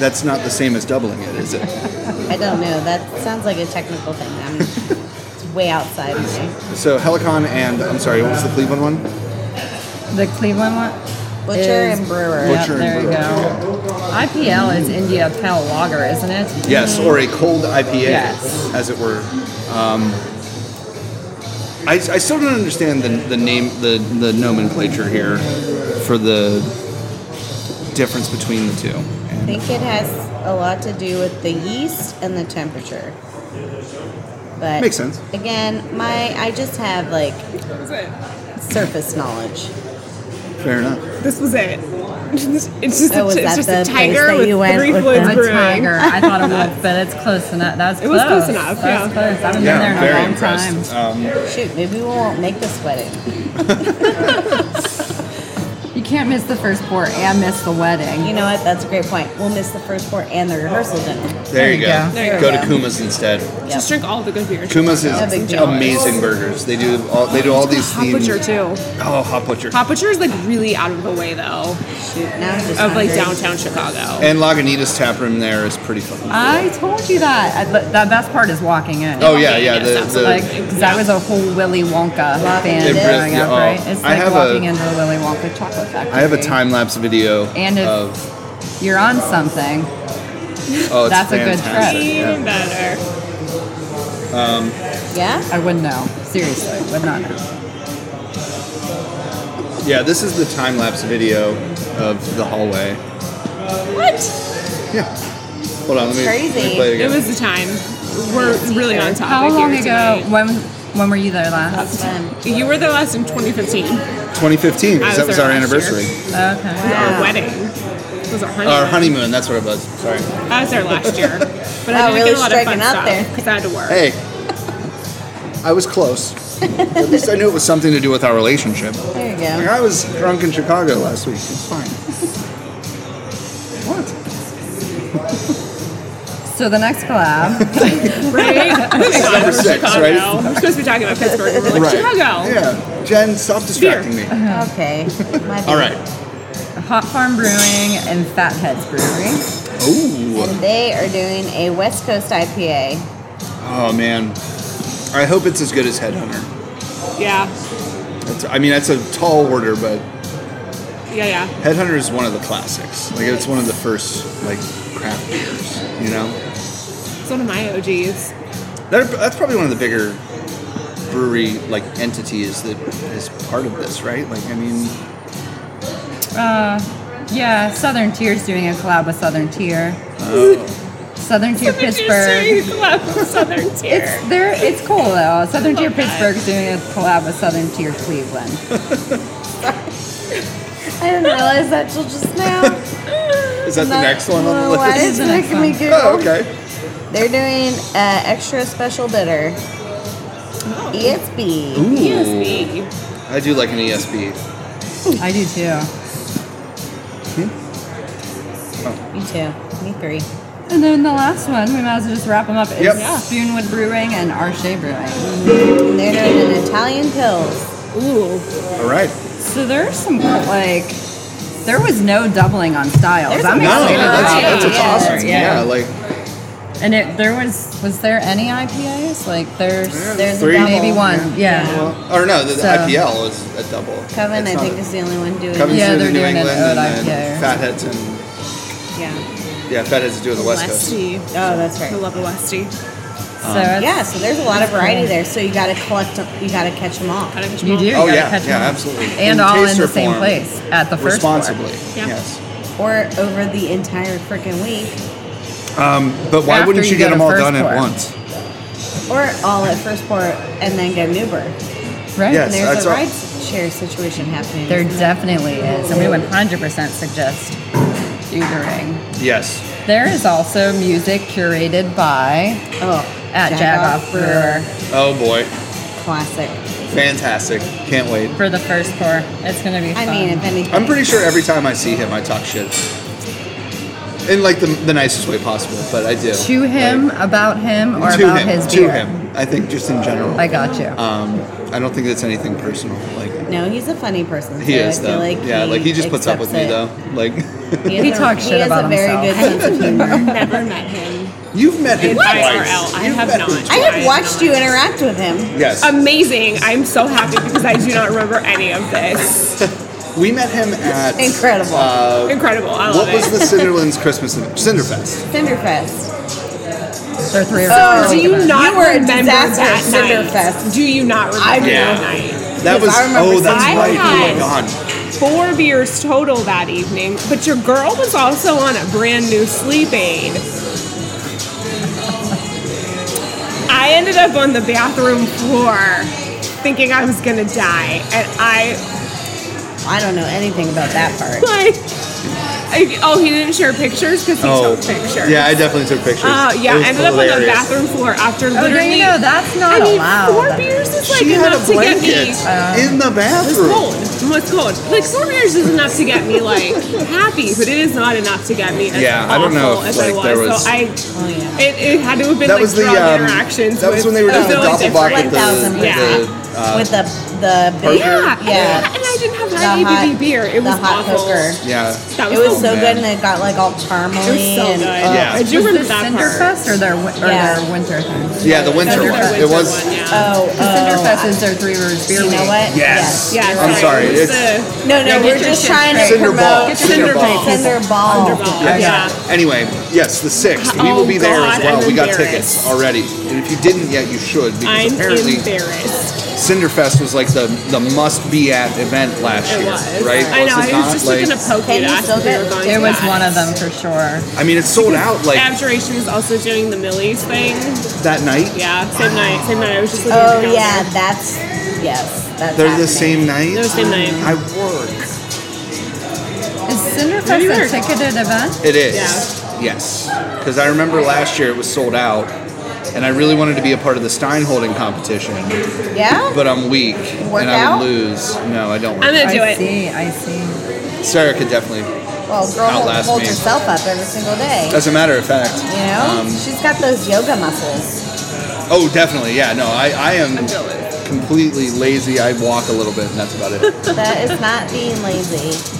that's not the same as doubling it, is it? I don't know. That sounds like a technical thing. I'm it's way outside of me. So Helicon and I'm sorry, what was the Cleveland one? The Cleveland one. Butcher is- and brewer. Yep, Butcher and there you brewer. go. IPL is India Pale Lager, isn't it? Yes, or a cold IPA, Yes. as it were. Um, I, I still don't understand the, the name, the, the nomenclature here for the difference between the two. I And think it has a lot to do with the yeast and the temperature. But Makes sense. Again, my I just have like That was it. surface knowledge. fair enough. This was it. It's just, Oh, was a, it's that just the a place tiger that with you went three with fluids the- A brewing. tiger. I thought a wolf, but it's close enough. That's It close. was close enough, That's yeah. close. I haven't been there in a very long time. impressed. Um, Shoot, maybe we won't make this wedding. You can't miss the first pour and miss the wedding. You know what? That's a great point. We'll miss the first four and the rehearsal dinner. There you go. There you Go go. to Kuma's instead. Just drink all the good beers. Kuma's Yeah, big is deal. amazing burgers. They do all they do all these Hot themes. Butcher too. Oh, hot butcher. Hot Butcher is like really out of the way though Shoot, now I'm just of like hungry. downtown Chicago. And Lagunitas tap room there is pretty fucking. I told you that. I, but the best part is walking in. Oh yeah, yeah. yes, The, the, absolutely. Like, 'cause that was a whole Willy Wonka fan It growing really- up, oh, right? It's I like have a- walking into a Willy Wonka chocolate factory. I have a time lapse video And if of. you're on something, Oh, it's that's a good fantastic. trip. Yeah. Even better. Yeah? I wouldn't know. Seriously, would not know. Yeah, this is the time lapse video of the hallway. What? Yeah. Hold on, let me, Crazy. let me play it It again. was the time. We're really on topic. How long here ago? When when were you there last? Fun. tonight. You were there last in 2015. 2015, because I that was was there our last year. anniversary. Okay. Our wedding. It was our honeymoon. Our honeymoon, that's what it was. Sorry. I was there last year. But Wow, I didn't really get a lot of fun striking out there. stuff because I had to work. Hey, I was close. At least I knew it was something to do with our relationship. There you Like, go. I was drunk in Chicago last week. It's fine. What? So the next collab, Right? Moving on number from six, Chicago. right? We're supposed to be talking about Pittsburgh. and We're like, Chicago. Yeah. Jen, stop distracting me. Okay. My All bad. right. Hot Farm Brewing and Fatheads Brewery. Ooh. And they are doing a West Coast IPA. Oh, man. I hope it's as good as Headhunter. Yeah. That's, I mean, that's a tall order, but Yeah, yeah. Headhunter is one of the classics. Like it's one of the first like craft beers. You know, It's one of my OGs. They're, that's probably one of the bigger brewery like entities that is part of this, right? Like I mean, Yeah, Southern Tier's doing a collab with Southern Tier. Southern Tier Pittsburgh. Pittsburgh. Southern Tier. It's there. It's cool though. Southern Tier Oh, Okay. Pittsburgh's doing a collab with Southern Tier Cleveland. I didn't realize that till just now. is that the next one on the Why list? is it making me giggle? Oh, okay. They're doing uh, extra special E bitter. Oh, ESB. E ESB. I do like an E ESB. I do too. Me too. Me three. And then the last one, we might as well just wrap them up. Is Yep. Yeah. Spoonwood Brewing and Arche Brewing. And they're doing an Italian pills. Ooh. All right. So there's some cool, like there was no doubling on styles. There's I'm a- No, excited about that's, it. that's Yeah, awesome. Yeah, like And it there was was there any IPAs? Like there's There's Three. a double. maybe one. Yeah. well, or no, the, the So- IPL is a double. Coven, It's I not think, a- is the only one doing Coven's it. Yeah, doing the they're New doing an England Ode and IPA then or Fatheads and Yeah. yeah, Fatheads is doing the West Coast. Westy. Oh, that's I right. love a Westy. So it's, Yeah, so there's a lot of variety there. So you got to collect, you got to catch them all. I don't You do. you Oh gotta yeah, catch 'em yeah, all. absolutely. And all in taster the same form, place at the first floor. responsibly. Yeah. Yes. Or over the entire freaking week. But why After wouldn't you you, get go to them all first done pour. at once? Or all at First Port and then go Newburgh. Right. Yes. And there's that's a all- ride share situation happening. There definitely is, and we 100% suggest Ubering. Yes. There is also music curated by oh, at Jagoff Brewer Oh boy, Classic. fantastic! Can't wait. for the first pour. It's gonna be. I Fun. mean, if anything. I'm pretty sure every time I see him, I talk shit in like the, the nicest way possible. But I do to him Like, about him or to about him, his to beer. him. I think just in general. I got you. um, I don't think that's anything personal. Like No, he's a funny person. So he is I feel though. like yeah, like he just puts up with accepts me it. though. Like has He a- talks shit has about a very himself. good sense of humor. Never met him. you've met him In twice. IRL, I You've have met not. him I twice. have watched you interact with him. Yes. Amazing. I'm so happy because I do not remember any of this. we met him at Incredible. Uh, Incredible. I love What was it. the Cinderlands Christmas event? Cinderfest? Cinderfest. They're three or Oh, four. Do you not You were a remember disaster that at Cinder night? Fest. Do you not remember I do. that night? That Yes, was I remember oh, that's seeing right. that. Oh my I god. Four beers total that evening, but your girl was also on a brand new sleep aid. I ended up on the bathroom floor thinking I was gonna die, and I I don't know anything about that part. Like, I, oh, he didn't share pictures because he Oh, took pictures. yeah, I definitely took pictures. Uh, yeah, It was I ended up on the hilarious. bathroom floor after Oh, there literally. you go. That's I not mean, allowed. four beers is like She had a enough to get blanket me. in the It was bathroom. cold. It was cold. Like four beers is enough to get me like happy, but it is not enough to get me as Yeah, I awful don't know if, as I like, was. there was- So I, Oh, it, it had to have been That like was the drug um, interactions. that was when with they were doing the those doppelbock different- with the, 1,000%. with the uh, With the the beer. yeah, yeah. And, I didn't have that The hot- ABV beer. It the was hot awful. poker. yeah. That It was, was so. so man. good, and it got like all charmely. It was so and, good. uh, Yeah. I do Was remember this that part. Cinderfest or their, win- or Yeah. their winter thing? Yeah, the winter Their one. winter It was. one, yeah. Oh, The oh, Cinderfest is their Three Rivers Beer you know League. what? Yes. Yeah, I'm sorry. It was It's the No, no, Yeah, get we're your just shit trying to straight. Cinder ball. promote Cinder ball. Cinder ball. Thunderball. Yes. Yeah. Anyway, yes, the sixth. We Oh, will be there God, as well. I'm We got embarrassed. tickets already, and if you didn't yet, you should because I'm apparently embarrassed. Cinderfest was like the the must be at event last It year, was. right? I Was know. I it was not? just like, looking to poke Can it you after still we get- were going It to was that. one of them for sure. I mean, it's sold out like Abjuration is also doing the Millie's thing. that night. Yeah, same night. Same night. I was just looking at Oh the calendar. yeah, that's yes. That's They're happening. the same night. They're the same night. I work. Is Maybe Cinderfest we're- a ticketed event? It is. Yeah. Yes. Because I remember last year it was sold out, and I really wanted to be a part of the Stein holding competition, Yeah. but I'm weak Work and I out? would lose. No, I don't. I'm Work. gonna do I it. see, I see. Sarah could definitely. Well, girl, hold, Outlast hold me. yourself up every single day. As a matter of fact. you um, know, she's got those yoga muscles. Oh, definitely. Yeah. No, I, I am jealous. completely lazy. I walk a little bit, and that's about it. That is not being lazy.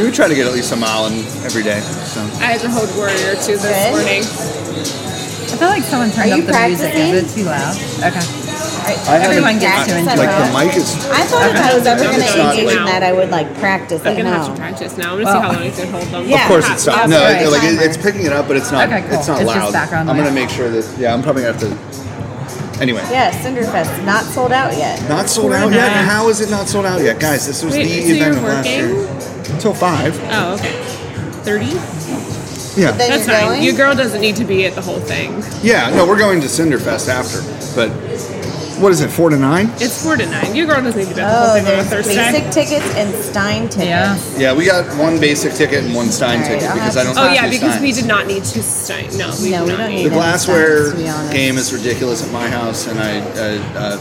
we try to get at least a mile in every day. So. I had to hold Warrior too this Good. morning. I feel like someone turned Are up you the practicing? music. Is it too loud? Okay. I haven't- Everyone gets to I- enjoy Like it. the mic is. I thought if I was ever going It's to not engage in like- that, I would like practice. I'm Like, gonna have to no. practice now. I'm gonna Well- see how long I can hold them. Yeah. Of course, it's not. That's No, right. it, like it, it's picking it up, but it's not. Okay, cool. It's not It's just loud. background I'm gonna noise. make sure that. Yeah, I'm probably gonna have to. Anyway. Yeah, Cinderfest not sold out yet. Not sold out yet. How is it not sold out yet, guys? This was Wait, the so you're event of last year. Till five. Oh, okay. Thirty. Yeah. Then That's you're fine. going. Your girl doesn't need to be at the whole thing. yeah. No, we're going to Cinderfest after. But what is it? Four to nine. It's four to nine. Your girl doesn't need to be at the whole oh, thing on a there's Thursday. basic tickets and Stein tickets. Yeah. Yeah, we got one basic ticket and one Stein All right, ticket I'll because have I don't. Oh have yeah, two because we Steins. did not need to stein. No, we No, did we not don't need. need The Yeah, glassware Steins, to be honest. game is ridiculous at my house, and I uh, uh,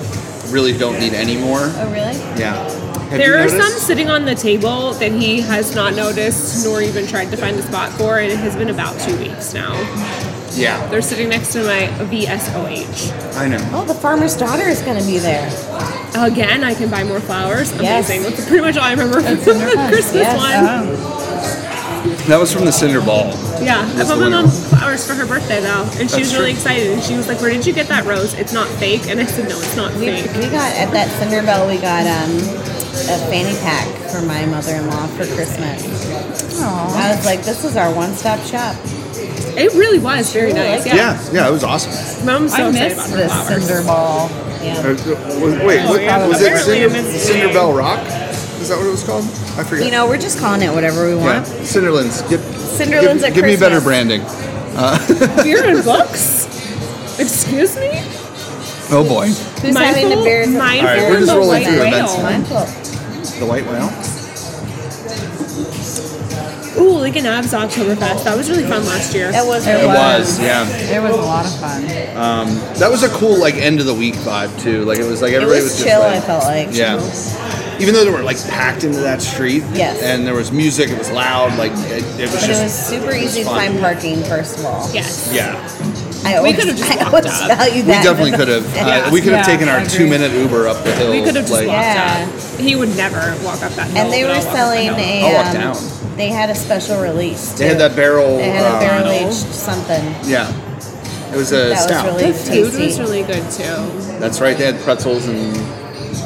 really don't need any more. Oh, really? Yeah. Have There you are noticed? some sitting on the table that he has not noticed nor even tried to find a spot for, and it has been about two weeks now. Yeah, They're sitting next to my VSOH. I know. Oh, the farmer's daughter is going to be there. Again, I can buy more flowers. Yes. Amazing. That's pretty much all I remember from the Christmas Yes. Uh-huh. one. Oh. That was from the Cinder Ball. Yeah, I That's bought the my one. mom flowers for her birthday though, and she That's was really true. excited. And she was like, "Where did you get that rose? It's not fake." And I said, "No, it's not We, fake." we got at that Cinderbell. We got um, a fanny pack for my mother-in-law for Christmas. Aw. I was like, this is our one-stop shop. It really was very really nice. liked Yeah, Yeah, yeah, it was awesome. my mom's so I excited missed about her the flowers. cinder ball. Uh, uh, was- Wait, Oh, what- yeah, was it apparently Cinder, I missed the Cinder name. Bell Rock? Is that what it was called? I forget. You know, we're just calling it whatever we yeah. want. Cinderlands. Give, Cinderlands give, at give me better Christmas. branding. Beer and books. Excuse me. Oh boy, Who's having the beers? Mindful All right, we're of just the rolling white through whale. events now. Mindful. the white whale. Ooh, Lincoln Ab's Oktoberfest. That was really fun last year. That was It really was, yeah. It was a lot of fun. That was a cool like end of the week vibe too. Like it was like everybody it was, was, chill. I just like, felt like. yeah. Even though they were like packed into that street, Yes. and there was music, it was loud, like it, it was But just it was super it was easy to fun. find parking. First of all, Yes. Yeah, I always, could've just I walked always up. we value that. definitely could have. Uh, we could have Yeah, taken I our agree. two minute Uber up the hill. We could have just like, walked Yeah. up. He would never walk up that hill. And they but were I'll walk up selling the hill. uh, I'll a. walk um, down. They had a special release. They had too. that barrel. They had uh, a barrel aged something. Yeah, it was a That was stout. really- The food was tasty. really good too. That's right. They had pretzels and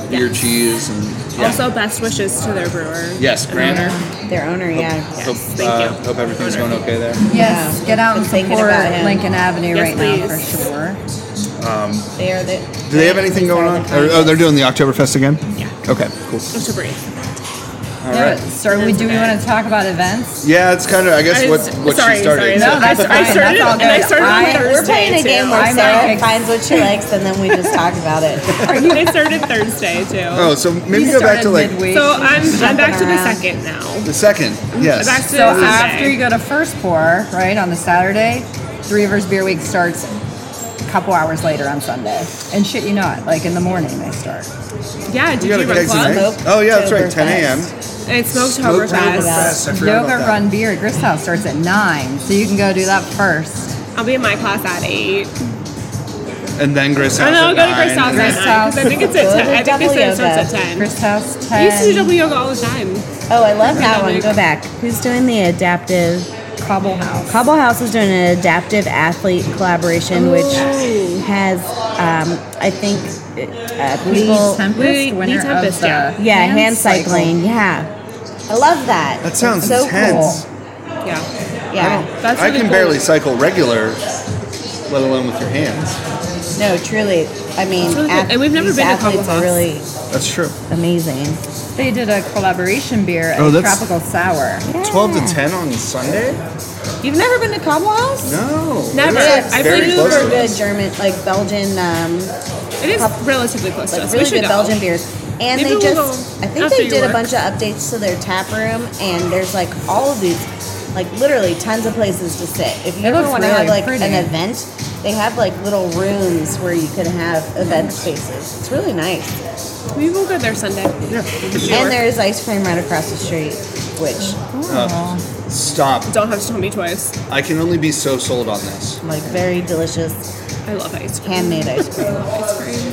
beer Yes. cheese and yeah. Also, best wishes to their brewer. Yes, and Grant. owner. Their owner, yeah. Yes, hope, thank uh, you. hope everything's going okay there. Yes, Yeah. get out and Been thinking support about him. Lincoln Avenue Yes, right now for please. sure. They are the. oh, Do they have anything going on? Or, oh, they're doing the Oktoberfest again. Yeah. Okay. Cool. It's a break. All Yeah, right. but so we, do we want to talk about events? Yeah, it's kind of. I guess I what was- what sorry, she started. sorry, so- no. that's I fine, started- that's all and I good. started on I- Thursday. We're playing a too. game where I'm Sarah like- finds what she likes and then we just talk about it. I mean, I started Thursday too. Oh, so maybe We go back started to like midweek. So I'm I'm back to the around. second now. the second. Yes. Back to So Thursday. after you go to first pour, right on the Saturday, Three Rivers Beer Week starts a couple hours later on Sunday. And shit, you not, like in the morning they start. yeah, you did got a you run keg club? tonight. Smoke Oh yeah, that's right. Toberfest. 10 a.m. It's smoked Smoke Toberfest. Toberfest, I forgot about Yoga that. Run Beer at Grist House starts at nine, so you can go do that first. I'll be in my class at eight. and then Grist House. I know I'll at go to nine, Grace House and then- at Grace nine, 'cause I think it's at Go to ten. I think they double said it starts yoga. at ten. Grist House I used to do ten, double yoga all the time. Oh, I love that Pandemic. one. Go back. Who's doing the adaptive? Cobble House. Cobble House is doing an adaptive athlete collaboration, which Ooh. has, um, I think, uh, Lee people. Tempest, Lee- Lee winner Tempest, of the yeah. Yeah, hand, cycling. Yeah. I love that. That sounds so intense. Yeah. cool. Yeah. That's I really can cool. barely cycle regular, let alone with your hands. No, truly. I mean, really cool. ath- And we've never these been to athletes Cobble are House. really That's true. amazing. They did a collaboration beer at Oh, that's- Tropical Sour. Twelve to Yeah. ten on Sunday? You've never been to Cobble House? No. Never. That's Yeah, I very believe close we're to good us. German, like Belgian, um, It is relatively close to like us. we really should good go. Belgian beers. And Maybe they we'll just, go I think after they you did work. a bunch of updates to their tap room, and there's like all of these, like literally tons of places to sit. If you It ever looks want to have really like pretty. an event, they have like little rooms where you could have event spaces. It's really nice. Maybe we'll go there Sunday. And Yeah. there is ice cream right across the street, which Oh. Stop. Don't have to tell me twice. I can only be so sold on this. like very delicious I love ice cream. handmade ice cream. Ice cream.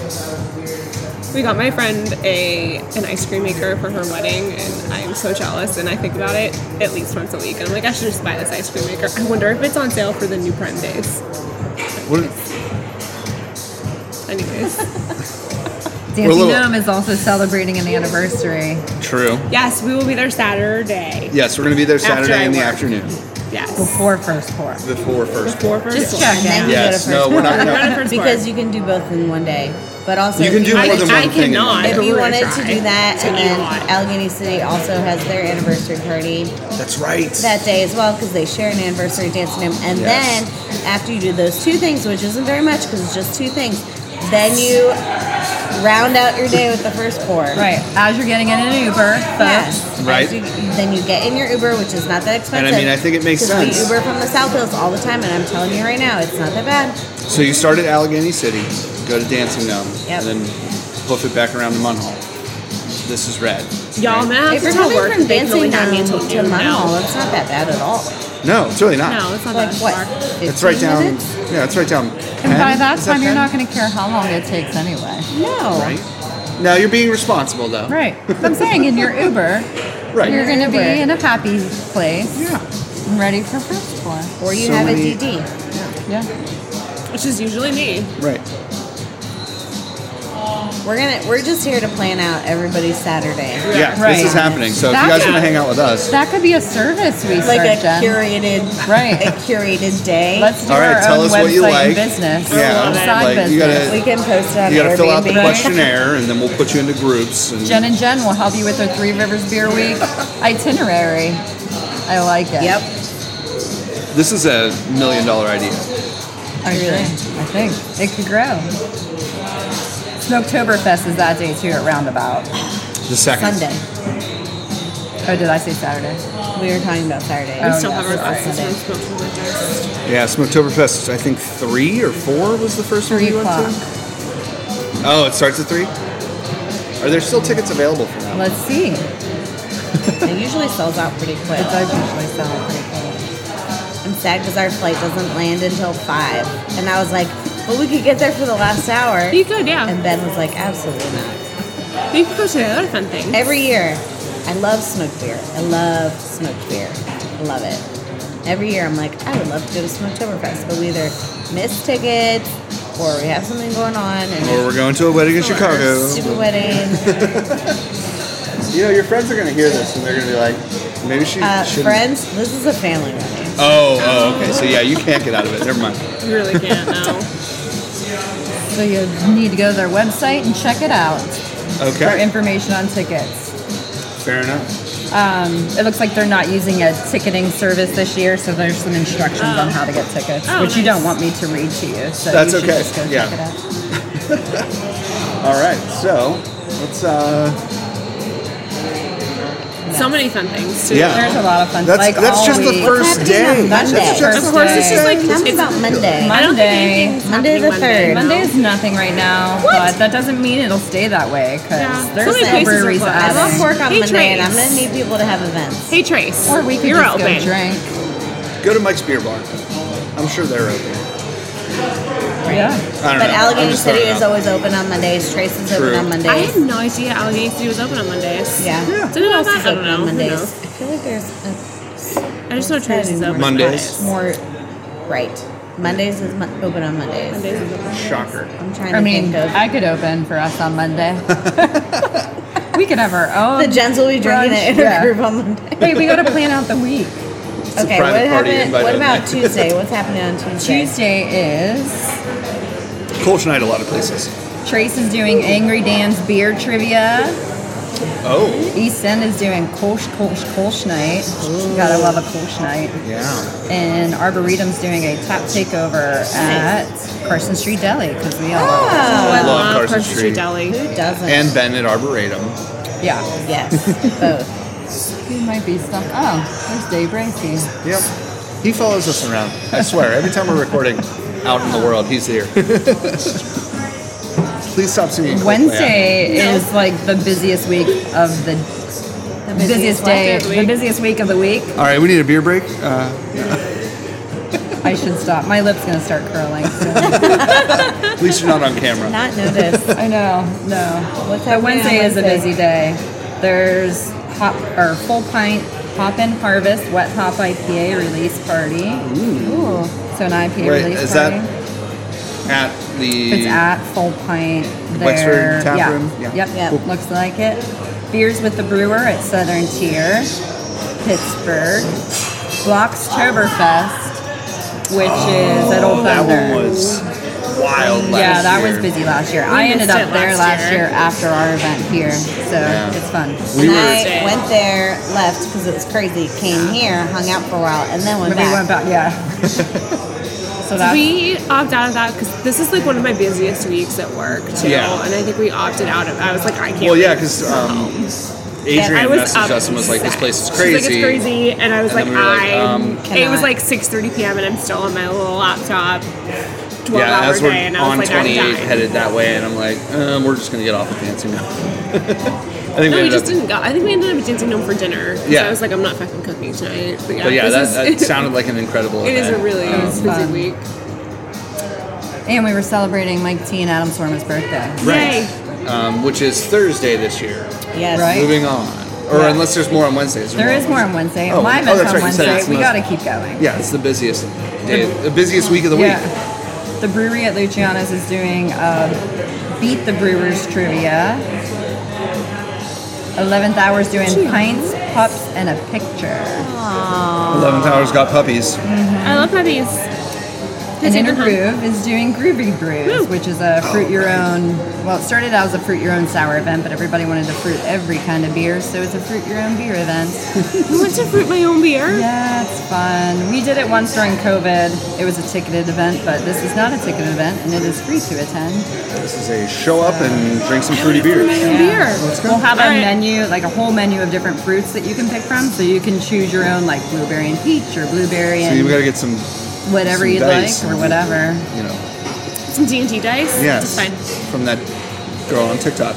We got my friend a an ice cream maker for her wedding, and I'm so jealous. And I think about it at least once a week. And I'm like, I should just buy this ice cream maker. I wonder if it's on sale for the new Prime Days. What, Anyways, Dancing little- Gnome is also celebrating an anniversary. true. yes, we will be there Saturday. Yes, we're going to be there Saturday I in the work. afternoon Yes. Before first pour. before first. Before first Just one. check And it. then- Yes, no, we're not. We're gonna No. first Because one. you can do both in one day. But also, You can if do more I, than I one thing in cannot. one day. If you We're gonna wanted to try. do that, It's and gonna be a then lot. Allegheny City also has their anniversary party That's right. that day as well because they share an anniversary dance name. And Yes. then after you do those two things, which isn't very much because it's just two things, then you round out your day with the first pour. Right. As you're getting in an Uber, folks. Yes. Right. You- Then you get in your Uber, which is not that And expensive. I mean, I think it makes 'Cause we sense. Uber from the South Hills all the time, and I'm telling you right now, it's not that bad. So you start at Allegheny City, go to Dancing Gnome, Yep. and then hoof it back around to Munhall. This is red. Y'all, I'm gonna have If to you're tell coming work from that they can dancing only have me down until to noon. Munhall, No, it's not that bad at all. No, it's really not. no, it's not Like that what? far. It's right 15 down. minutes? Yeah, it's right down. And by 10? that Is time, you're 10? not going to care how long it takes anyway. No. Right. No, you're being responsible though. Right. I'm saying in your Uber, Right. you're going to be in a happy place yeah. and ready for first pour. Or you So have many- a DD. Yeah. Which is usually me. Right. We're gonna. We're just here to plan out everybody's Saturday. Yeah. Right. This is happening. So if you That's- guys want to hang out with us, That could be a service we Like start, a Jen. curated, Right. A curated day. Let's do All right, our tell own us what you website like. and business. Yeah, Little Side like, you business. gotta- we can post it on you got to fill out the Airbnb. Airbnb. questionnaire, and then we'll put you into groups. And Jen and Jen will help you with their Three Rivers Beer Week itinerary. I like it. Yep. this is a million dollar idea. I Really? think. I think it could grow. Smoketoberfest is that day too at Roundabout. The second. Sunday. Oh, did I say Saturday? We were talking about Saturday. Oh, We still yeah, have our so that's classes Sunday. from Smokes and Wonders. Yeah, Smoketoberfest. I think three or four was the first one Three you went o'clock. to. Oh, it starts at three. Are there still tickets available for now? Let's see. It It usually sells out pretty quick. does usually sound pretty cool. I'm sad because our flight doesn't land until five, and I was like, "Well, we could get there for the last hour." You could, yeah. And Ben was like, "Absolutely not." You could go to the other fun thing. Every year, I love smoked beer. I love smoked beer. I love it. Every year, I'm like, I would love to go to Smoketoberfest, but we either miss tickets or we have something going on and Or Oh, we're going to a wedding in Chicago. stupid wedding. You know, your friends are going to hear this, and they're going to be like, maybe she Uh, shouldn't. friends, this is a family wedding. Oh, oh, okay. So yeah, you can't get out of it. Never mind. You really can't now. So you need to go to their website and check it out for Okay. information on tickets. Fair enough. Um, it looks like they're not using a ticketing service this year, so there's some instructions on how to get tickets, Oh, which you nice. don't want me to read to you. So That's you should okay. Just go Yeah. check it out. All right, so let's. Uh, So many fun things. Too. Yeah. There's a lot of fun. That's like that's all just the week. first happening day. on That's Monday? just- Of course, it's just like Tell us it's, about Monday. I don't think Monday. anything's Monday the happening third. no. Monday is nothing right now, What? but that doesn't mean it'll stay that way because Yeah. So there's many places are breweries closed. I adding. love work on Hey, Monday, and I'm Trace. gonna need people to have events. Hey Trace, Or we could you're just open. go drink. Go to Mike's Beer Bar. I'm sure they're open. Yeah. I don't know. But I'm Allegheny just City throwing it is out. always open on Mondays. Trace is True. open on I Mondays. had no idea Allegheny City was open on Mondays. yeah. Did it Who not else that? is I don't open know. on Who Mondays? knows? I feel like there's a I just know Trace is open. Mondays. more. Right. Mondays is mon- open on Mondays. Mondays is open. Shocker. I'm trying to I mean, think of. I could open for us on Monday. we could have our own. the gens will be drinking brunch, it in yeah. our group on Monday. Wait, we got to plan out the week. a Okay, what private party happened? invite What only. about Tuesday? What's happening on Tuesday? Tuesday is Colch night a lot of places. Trace is doing Angry Dan's beer trivia. Oh. East End is doing Kolsch, Kolsch, Kolsch night. Gotta love a Kolsch night. Yeah. And Arboretum's doing a top takeover at Carson Street Deli because we all Oh, I Love love Carson Carson Street Street. Deli. Who doesn't? And Ben at Arboretum. yeah. yes, both. He might be stuck. Oh, there's Dave Bracey. Yep. He follows us around. I swear, every time we're recording out in the world, he's here. Please stop singing. Coldplay. Wednesday is like the busiest week of the, the busiest, day, of the the week. busiest week of the week. All right, we need a beer break. Uh, I should stop. My lip's gonna start curling. soon. at least you're not on camera. Not noticed. I know. No. What's But happening Wednesday on is a busy day. There's hop or full pint hop and harvest wet hop IPA release party. Ooh. So an IPA Wait, release is party. that at the? it's at full pint. Wexford there. Tap yeah. Room? Yeah. Yep. yep. Cool. Looks like it. Beers with the brewer at Southern Tier, Pittsburgh. Blockstoberfest, which is at Old that Thunder. one was wild. Last Yeah, that was year. busy last year. I missed ended up it there last last year. year. after our event here, so Yeah. it's fun. We and were- I went there, left because it was crazy. Came here, hung out for a while, and then went But we back. went back, yeah. so that's We opted out of that because this is like one of my busiest weeks at work too, Yeah. and I think we opted out of. I was like, I can't. Well, yeah, wait. because um, Adrian I was messaged us and was like, "This upset. place is She's crazy." like, it's crazy, and I was And then like, we were like, I. um, it was Cannot. like 6:30 p.m. and I'm still on my little laptop. 12 Yeah, hour as we're day, and I was on like, I'm 28 dying. headed that way, and I'm like, um, "We're just gonna get off the dancing now." I think we No, we ended just up, didn't go. I think we ended up dancing home for dinner. So Yeah. I was like, I'm not fucking cooking tonight. But yeah, But yeah, that, this that is- sounded like an incredible. It is event. a really Um, busy fun. week. and we were celebrating Mike T and Adam Swarmer's birthday. Yay. right, um, which is Thursday this year. yes. Right. Moving on, or Yeah. unless there's more on Wednesdays. There is more on Wednesday. Oh, My oh, event's that's on right, you said Wednesday. it's We most- got to keep going. Yeah, it's the busiest day, the busiest week of the week. Yeah. The brewery at Luciana's is doing uh, Beat the Brewers trivia. 11th Hour's doing pints, pups, and a picture. Eleventh Hour's got puppies. I love puppies. And take Inner them home. Groove is doing Groovy Brews, Woo. which is a fruit your own. Well, it started out as a fruit your own sour event, but everybody wanted to fruit every kind of beer, so it's a fruit your own beer event. I want to fruit my own beer. Yeah, it's fun. We did it once during COVID. It was a ticketed event, but this is not a ticketed event, and it is free to attend. This is a show up and drink some fruity beers. Yeah. Yeah. We'll have a All right. menu, like a whole menu of different fruits that you can pick from, so you can choose your own, like blueberry and peach, or blueberry So and you gotta get some, whatever some you dice. like, or whatever. you know, Some D and D dice. yes, It's fine. from that girl on TikTok.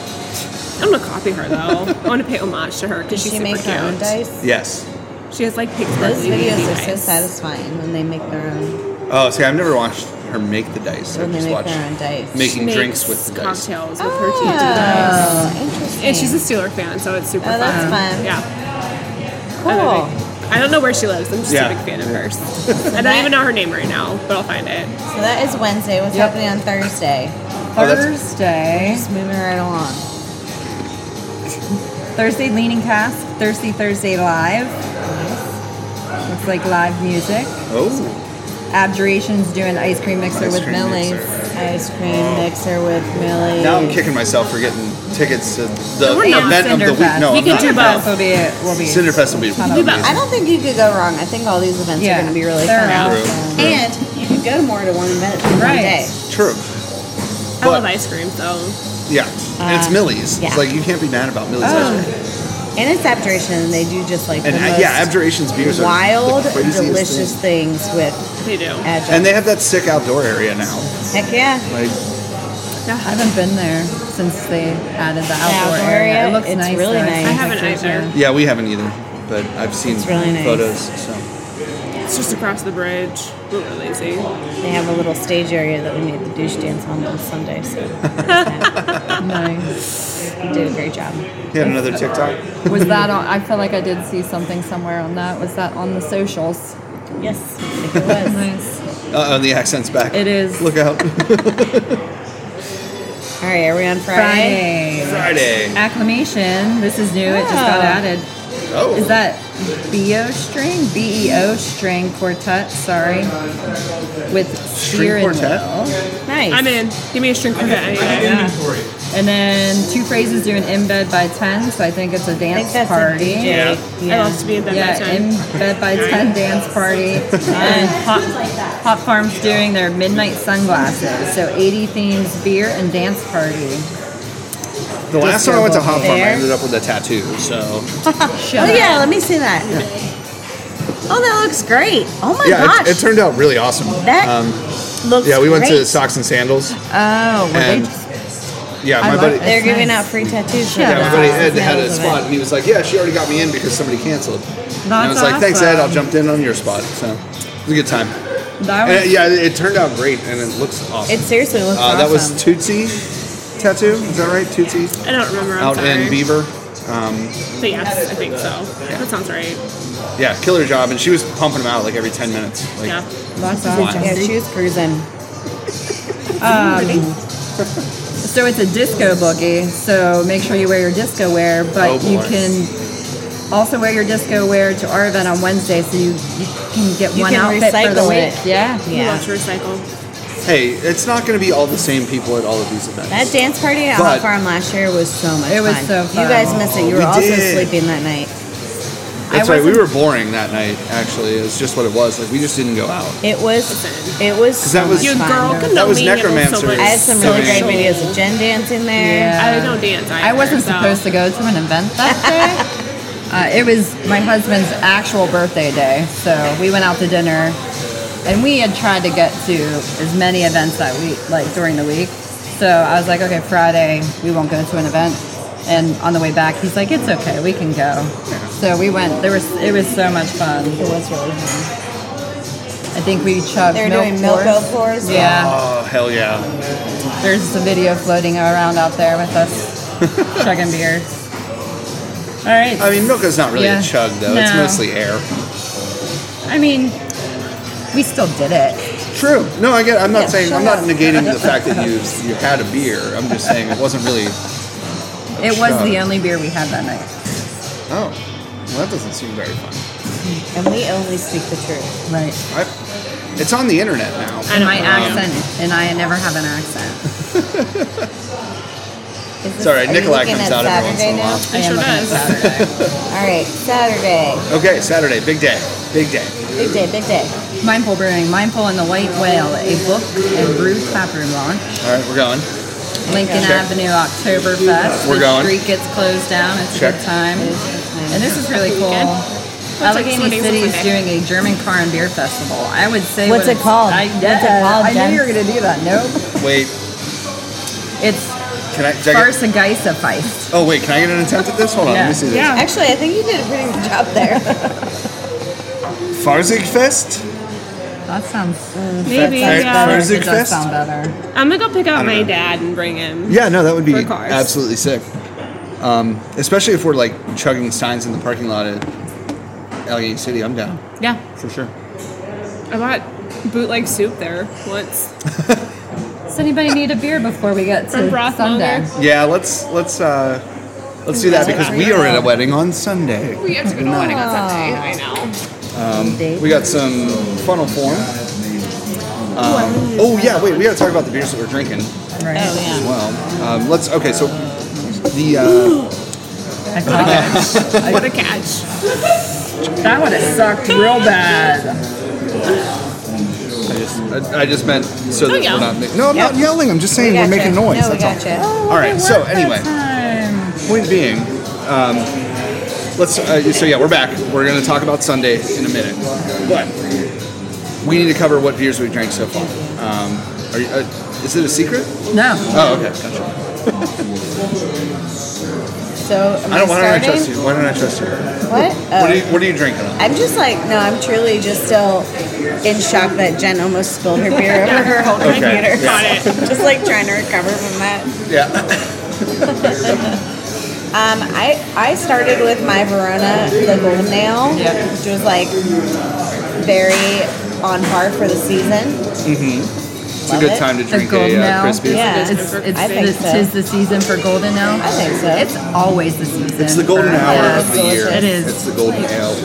I'm gonna copy her though. I want to pay homage to her because Does she's she super make cute. her own dice? Yes. She has like pig Those sparkly D&D videos are so dice. satisfying when they make their own. Oh, see, I've never watched her make the dice. When I've they just make watched their own dice. She making makes drinks with the dice. cocktails with her D&D dice. Oh, interesting. And she's a Steeler fan, so it's super Oh, fun. that's fun. Yeah. I'm a cool. big- I don't know where she lives. I'm just Yeah. a big fan of hers. I don't even know her name right now, but I'll find it. So that is Wednesday. What's Yep. happening on Thursday? Oh, that's- Thursday, Just moving right along. Thursday Leaning Cast, Thursday Thursday Live. Looks like live music. Oh, Abjuration's doing ice cream mixer Ice with cream Millie. mixer. Ice cream mixer with Millie. now I'm kicking myself for getting tickets to the We're not event of the week. Cinderfest. No, You I'm can not. do both. Will be will be. Cinderfest will be We both- I don't think you could go wrong. I think all these events Yeah, are going to be really they're fun. out. True. And you could go to more than one event in one Right. day. true. I love But- ice cream, so Yeah, and it's Millie's. Uh, yeah. It's like you can't be mad about Millie's ice cream. Oh, And it's abjuration, and they do just like And the uh, most yeah, Abjuration's beers are wild, the craziest delicious thing. things with they do. adjunct. And they have that sick outdoor area now. Heck yeah. Like I haven't been there since they added the outdoor outdoor area. area, It looks it's nice. really though. nice. I've seen I haven't pictures, either. yeah. yeah, we haven't either, but I've seen really nice. photos. So It's just across the bridge. We were lazy. They have a little stage area that we made the douche dance on on Sunday, so Nice. you did a great job. he had another TikTok. Was that on? I feel like I did see something somewhere on that. Was that on the socials? Yes, I think it was. Nice. Uh, and the accent's back. It is. Look out, All right, are we on Friday? Friday. Friday. Acclamation. This is new. It just Oh. got added. Oh, Is that BO string? BEO string quartet, sorry. With Steer and quartet? Will. Nice. I'm in. Give me a string quartet. anyway. Yeah. And then two phrases do an in bed by 10, so I think it's a I dance think that's party. a DJ. Yeah. I love to be in bed Yeah, that time. in bed by 10 dance party. And Pop, Pop Farm's doing their midnight sunglasses. So 80 themes, beer, and dance party. the last time I went to Hop Farm, I There. ended up with a tattoo. So Oh yeah, let me see that. Oh, that looks great. Oh my yeah, gosh, it, it turned out really awesome. Um, that looks yeah, we went to great. Socks and Sandals. Oh, well, And- they just, Yeah, I my love buddy. it. They're It's giving nice. out free tattoos. Yeah, Yeah, my buddy Ed had a Thousands spot, of and he was like, "Yeah, she already got me in because somebody canceled." and I was That's like, "Thanks, Ed. awesome. I jumped in on your spot." So it was a good time. that And, was, uh, yeah, it, it turned out great, and it looks it. It awesome. seriously looks Uh, awesome. that was Tootsie tattoo. Is that right? Tootsie I don't remember. I'm out sorry. in Beaver. But yes, I think so. That sounds right. Yeah, killer job, and she was pumping them out like every ten minutes. Like, Yeah. that's Wow. awesome. yeah, she was cruising. So it's a disco boogie, so make sure you wear your disco wear, but Oh, you boy. can also wear your disco wear to our event on Wednesday so you, you can get You one can outfit for the recycle week. it. Yeah. We love Yeah, to recycle. Hey, it's not going to be all the same people at all of these events. that dance party at But- Hot Farm last year was so much. It was fun. so fun. You guys missed it. You We were also did. sleeping that night. That's I right. We wasn't- were boring that night. Actually, it's just what it was. Like we just didn't go out. It was. It was. So that was- much You fun. girl can That was So Necromancer. much. I had some really great Social. videos of Jen dancing there. I don't dance. Either, I wasn't so. supposed to go to an event that day. uh, it was my husband's actual birthday day, so we went out to dinner, and we had tried to get to as many events that week, like during the week. So I was like, okay, Friday we won't go to an event. And on the way back, he's like, it's okay, we can go. So we went. There was it was so much fun. It was really fun. I think we chugged. They're milk doing milk pours. out pours. Yeah, Oh hell yeah! there's a video floating around out there with us chugging beers. All right. I mean, Milka's not really Yeah. a chug though. It's No. mostly air. I mean, we still did it. True. No, I get. I'm not Yeah, saying. shut I'm not up. negating the fact that you you had a beer. I'm just saying it wasn't really. It was Sure. the only beer we had that night. Oh, well, that doesn't seem very fun. And we only speak the truth. Right. I, it's on the internet now. Um, I And my know. accent, and I never have an accent. Is this- It's all right. are you Nikolai looking comes out at every once Saturday in a while. I now? It sure am looking does. at Saturday. All right, Saturday. Okay, Saturday, big day, big day. Big day, big day. Mindful Brewing, Mindful and the White Whale, a book and brew taproom launch. All right, we're going. Lincoln Check. Avenue Oktoberfest. We're the going. street gets closed down. It's Check. a good time. And this is really cool. Weekend. like Allegheny Sunday, City is doing Sunday. a German car and beer festival. I would say What's what it called? I, What's it yeah, called, I Jen? knew you were going to do that. Nope. Wait, It's can I? did I get- Farsa Feist. oh wait, can I get an attempt at this? Hold on, let Yeah. me see this. Yeah. Actually, I think you did a pretty good job there. Farzig Fest. That sounds. Maybe. Alright, Yeah. Thursday. Farsa it does Fest? sound better. I'm gonna go pick up my dad and bring him. Yeah, no, that would be For cars. absolutely sick. Um, especially if we're like chugging signs in the parking lot at Allegheny City. I'm down Yeah. for sure. I bought bootleg soup there once. Does anybody need a beer before we get From to Brothmonger? Sunday? Yeah, let's let's uh, let's do that because we are at a wedding on Sunday. We have to go to a wedding on Sunday. I know. We got some funnel form. Um, oh yeah, wait, we got to talk about the beers that we're drinking. Right. Oh yeah. Well, um, let's okay. So The uh, I caught it. What a catch. That would have sucked real bad. I, I just meant so that Don't we're yell. not. ma- No, I'm not Yeah. yelling. I'm just saying we are Gotcha. making noise. No, we that's all. gotcha. All right. So anyway, point being, um, let's. Uh, so yeah, we're back. We're going to talk about Sunday in a minute, but we need to cover what beers we've drank so far. Um, are you, uh, is it a secret? No. Oh, okay. Gotcha. So am I don't. Why don't I starting? trust you? Why don't I trust you? What? What Oh. are you, what are you drinking on? I'm just like, no, I'm truly just still in shock that Jen almost spilled her beer over her whole Okay. Yeah. computer. Got it. just like trying to recover from that. Yeah. Um, I I started with my Verona, the Golden Ale, Yep. which was like very on par for the season. Mm-hmm. It's a good time to The drink golden a uh, ale. crispy. Yeah. It's, it's, I think it's- so. 'tis the season for golden ale. I think so. It's always the season. It's the golden for- hour Yes, of the year. It is. It's the golden ale.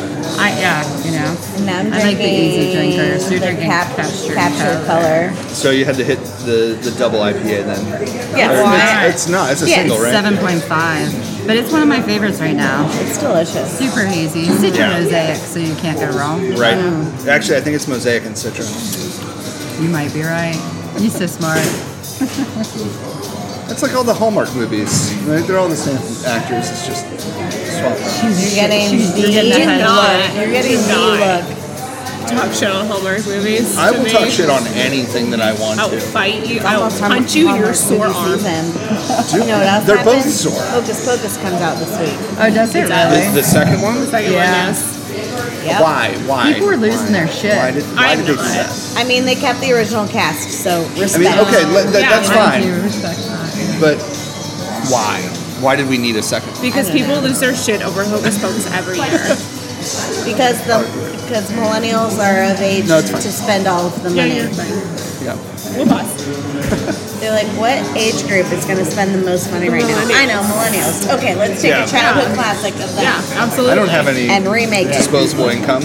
I yeah. You know. And now I'm I like the easy drinking drinkers. You're the drinking cap- Capture capture, Color. color. So you had to hit the, the double IPA then. Yeah, Or why? It's, it's not. It's a Yeah, single, it's right? Seven point five. But it's one of my favorites right now. it's delicious. Super hazy, citra Yeah. mosaic, so you can't go wrong. Right. Mm, Actually, I think it's mosaic and citron. you might be right. You're so smart. It's like all the Hallmark movies. Right? They're all the same actors. It's just swap. them. You're getting She's- the you're getting the head. look. You're getting Do the not. look. Talk shit on Hallmark movies. I to will me. talk shit on anything that I want I will to. fight you. I will Almost punch you. Your almost sore movie arm. season. You know what else They're happened? both sore. Hocus Pocus comes out this week. Oh, does it The, really? the second one? Second one, Yeah. yes. Yep. Why? Why? People were losing their shit. Why did, why I'm did they do not. that? I mean, they kept the original cast, so I respect. mean, okay, let- that, Yeah, that's I Thank fine. you. Respect that. But why? Why did we need a second? Because people lose their shit over Hocus Pocus every year. Because the because millennials are of age No, it's fine. to spend all of the yeah, money. you're fine. Yeah. We'll bust. They're like, what age group is going to spend the most money right now? I know millennials. Okay, let's take Yeah. a childhood Yeah. classic of them Yeah, absolutely. I don't have any and remake it. disposable income.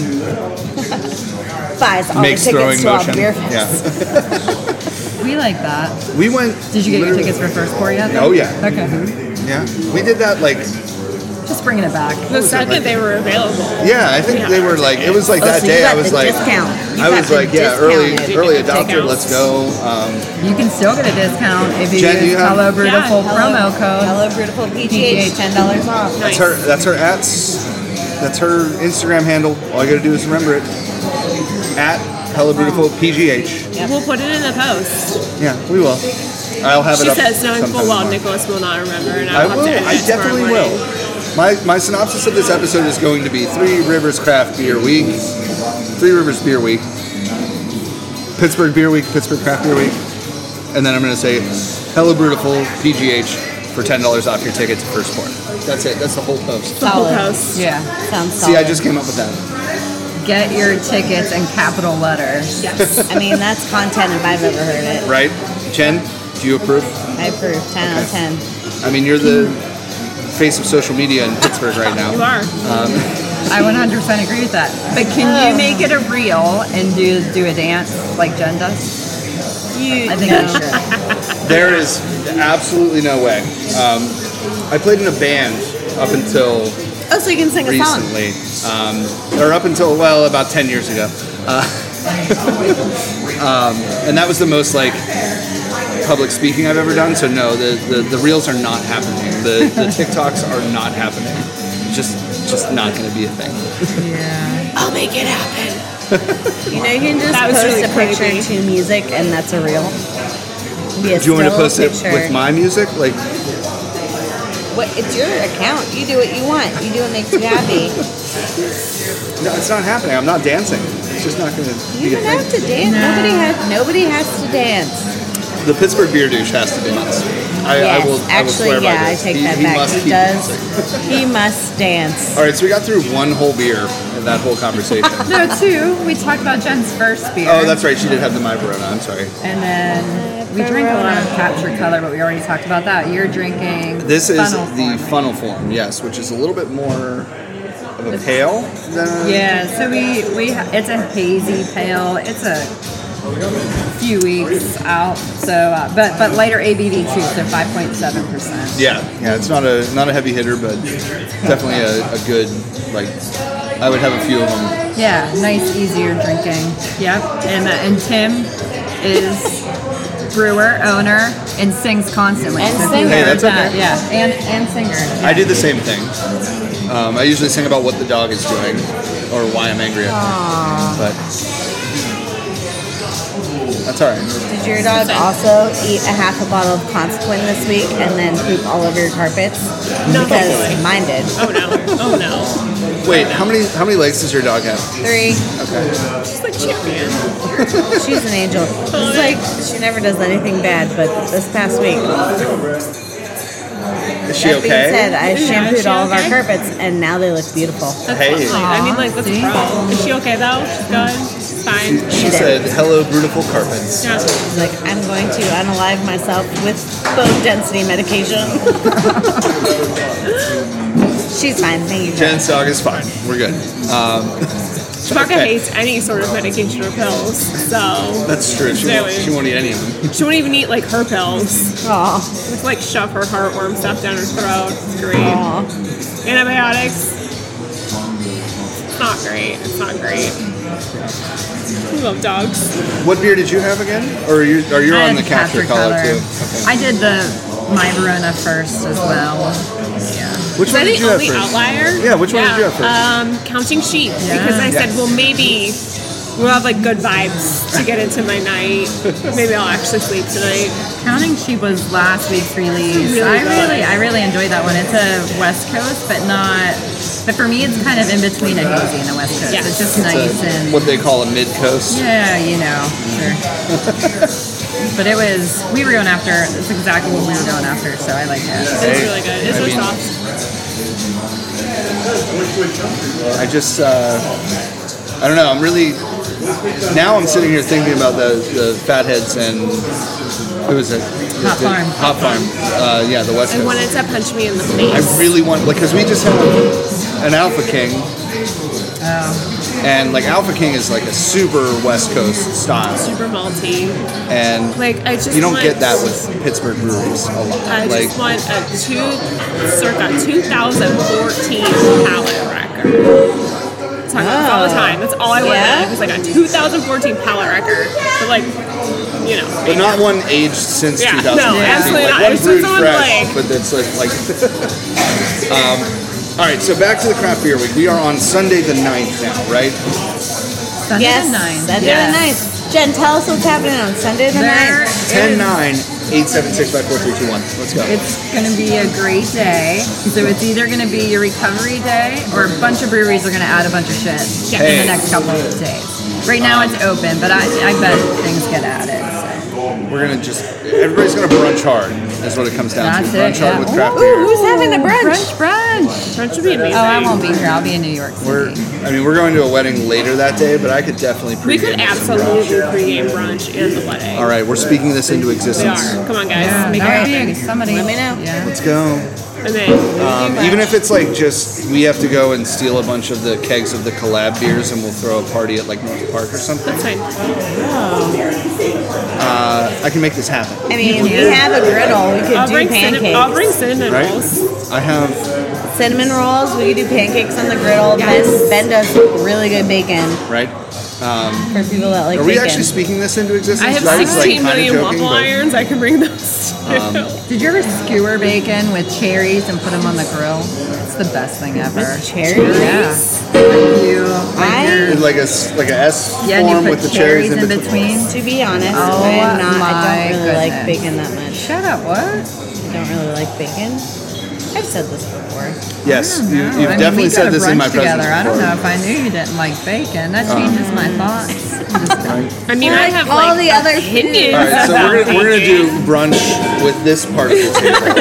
Buys all Makes the throwing tickets to motion. all beer fest. Yeah. We like that. We went. Did you get your literally- tickets for first pour yet? Oh, yeah. Okay. Yeah. We did that like. Just bringing it back. The second they were available. Yeah, I think they were like. It was like Oh, that so you day. I got was the like. discount. You I got was the like, yeah, early discounted early discount. adopter. Let's go. Um, You can still get a discount if you Jen, use you have- Hello Beautiful Yeah. promo code. Hello, beautiful PGH, ten dollars off. that's her. That's her at. That's her Instagram handle. All you gotta do is remember it. At Hello Beautiful PGH. We'll put it in the post. Yeah, we will. I'll have it She up. says knowing sometime full well tomorrow. Nicholas will not remember, and I I'll have will. to edit I it tomorrow definitely morning. will. My, my synopsis of this episode is going to be Three Rivers Craft Beer Week. Three Rivers Beer Week. Pittsburgh Beer Week, Pittsburgh Craft Beer Week. And then I'm going to say Hello Brutiful PGH for $10 off your ticket to First Port. That's it. That's the whole post. The whole Solid. post. Yeah. Sounds solid. See, I just came up with that. Get your tickets in capital letters. Yes. I mean, that's content if I've ever heard it. Right? Jen, do you approve? I approve. Ten out of ten. I mean, you're the face of social media in Pittsburgh right You now. are. I 100% agree with that. But can you make it a reel and do do a dance like Jen does? You. I think you should. There is absolutely no way. Um, I played in a band up until Oh, so you can sing a song. recently, um, or up until well about ten years ago, uh, um, and that was the most like public speaking I've ever done. So no, the the, the reels are not happening. The the TikToks are not happening. Just just not going to be a thing. I'll make it happen. you know, you can just That was post really a picture creepy. to music, and that's a reel. Be a Do you want me to still post it picture. with my music? Like What, it's your account. You do what you want. You do what makes you happy. no, it's not happening. I'm not dancing. It's just not going to be You a don't have thing. to dance. Nobody has. Nobody has to dance. The Pittsburgh beer douche has to dance. I, yes, I will. actually, I will swear by yeah, I this. take he, that he back. Must He keep dancing. does. he must dance. All right, so we got through one whole beer in that whole conversation. No, two. We talked about Jen's first beer. Oh, that's right. She did have the My Verona. I'm sorry. And then we drink a lot of capture color, but we already talked about that. You're drinking. This is funnel the form. funnel form, yes, which is a little bit more of a pale than. Yeah, so we we ha- it's a hazy pale. It's a few weeks out. So, uh, but but later ABV too, so five point seven percent. Yeah, yeah, it's not a not a heavy hitter, but definitely a, a good like. I would have a few of them. Yeah, nice, easier drinking. Yep. And uh, and Tim is brewer, owner, and sings constantly. And So if you singer. Hey, that's heard that, okay. Yeah, and and singer. I do the same thing. Um, I usually sing about what the dog is doing or why I'm angry at them. But that's all right. Did your dog also eat a half a bottle of Consequin this week and then poop all over your carpets? No. Because mine did. Oh no. Oh no. Wait, how many how many legs does your dog have? Three. Okay. She's like champion. She's an angel. It's like she never does anything bad, but this past week, Is she that being said, okay? I Yeah, shampooed is she all of our okay? carpets and now they look beautiful. That's Hey. lovely. I mean, like, that's See? a pro. Is she okay though? She's good. She's She, fine. she said, "Hello, beautiful carpets." Yeah. Like I'm going to unalive myself with bone density medication. She's fine. Thank you. Jen. Jen's dog is fine. We're good. Um, Chewbacca Okay. hates any sort of medication or pills, so that's true. She won't, she won't eat any of them. she won't even eat like her pills. Aw. Just like shove her heartworm stuff down her throat. It's great. Aw. Antibiotics. It's not great. It's not great. We love dogs. What beer did you have again? Or you are you I on the had capture color, too? Okay. I did the my Verona first as well. Yeah. Which Is one that the did you have only first? outlier? Yeah, which one did you have first? Um, counting sheep because I said, Yeah. well, maybe we'll have like good vibes to get into my night. maybe I'll actually sleep tonight. Counting Sheep was last week's release. Really I good. really I really enjoyed that one. It's a West Coast, but not. But for me, it's kind of in between a hazy and a West Coast. Yeah. It's just It's nice a- and what they call a mid coast. Yeah, you know, sure. but it was, we were going after, it's exactly what we were going after, so I like that. It's really good. I It's really mean- soft. I just, uh, I don't know. I'm really now. I'm sitting here thinking about the the fatheads and who was it? Hop The- Farm. Hop Farm. Uh, yeah, the West I Coast. wanted to punch me in the I face. really want like because we just had an Alpha King, Oh. and like Alpha King is like a super West Coast style, Super malty. and Like, I just you don't want- get that with Pittsburgh breweries a lot. I like just want a two, circa 2014 palette record. Talking about this all the time. That's all I wanted. Yeah? It was like a 2014 palette record. But like, you know. but not one aged since Yeah, 2000. no, absolutely like, not. One It's brewed just on, fresh, like- but that's like like. um, all right, so back to the craft beer week. We are on Sunday the 9th now, right? Sunday Yes. the ninth. Sunday yes. the ninth. Jen, tell us what's happening on Sunday the There ninth. is- 10 9 876 5321. Let's go. It's going to be a great day. So it's either going to be your recovery day or a bunch of breweries are going to add a bunch of shit in Hey. the next couple of days. Right now it's open, but I, I bet things get added. So. We're gonna just everybody's gonna brunch hard. Is what it comes down That's to. it, Brunch hard yeah. with craft Ooh, beer. who's having the brunch? Brunch, brunch. Brunch would be amazing. Oh, I won't be here. I'll be in New York City. We're I mean we're going to a wedding later that day, but I could definitely pregame. We could this and absolutely do brunch. pregame brunch and the wedding. All right, we're speaking this into We existence. are. Come on, guys. yeah, Make it that would happen. be somebody. Let me know. Yeah. Let's go. And then Um, even if it's like just we have to go and steal a bunch of the kegs of the collab beers and we'll throw a party at like North Park or something. it's fine. I can make this happen. I mean, we have a griddle. We could I'll do bring, pancakes. cinnamon, I'll bring cinnamon Right? rolls. I have cinnamon rolls. We could do pancakes on the griddle. Yes. Ben, ben does really good bacon right. Um, for people that like are bacon. we actually speaking this into existence? I have was, like, 16 kinda million joking, waffle but- irons. I can bring those too. Did you ever skewer bacon with cherries and put them on the grill? It's the best thing ever. cherries? Yeah. Like you, like I- your- Like a s- like a S yeah, and form you with put the cherries, in between. between. To be honest, Oh, I am not. my I don't really like goodness. bacon that much. Shut up! What? I don't really like bacon. I've said this before. Yes, you, No, you've Hmm. I mean, definitely we got said a this in brunch my presence. together. I don't before. Uh. know if I knew you didn't like bacon. That changes my thoughts. I'm just- I mean, I Like have all like the other opinions. All right, so we're about gonna, we're gonna do bacon. brunch with this part of the table.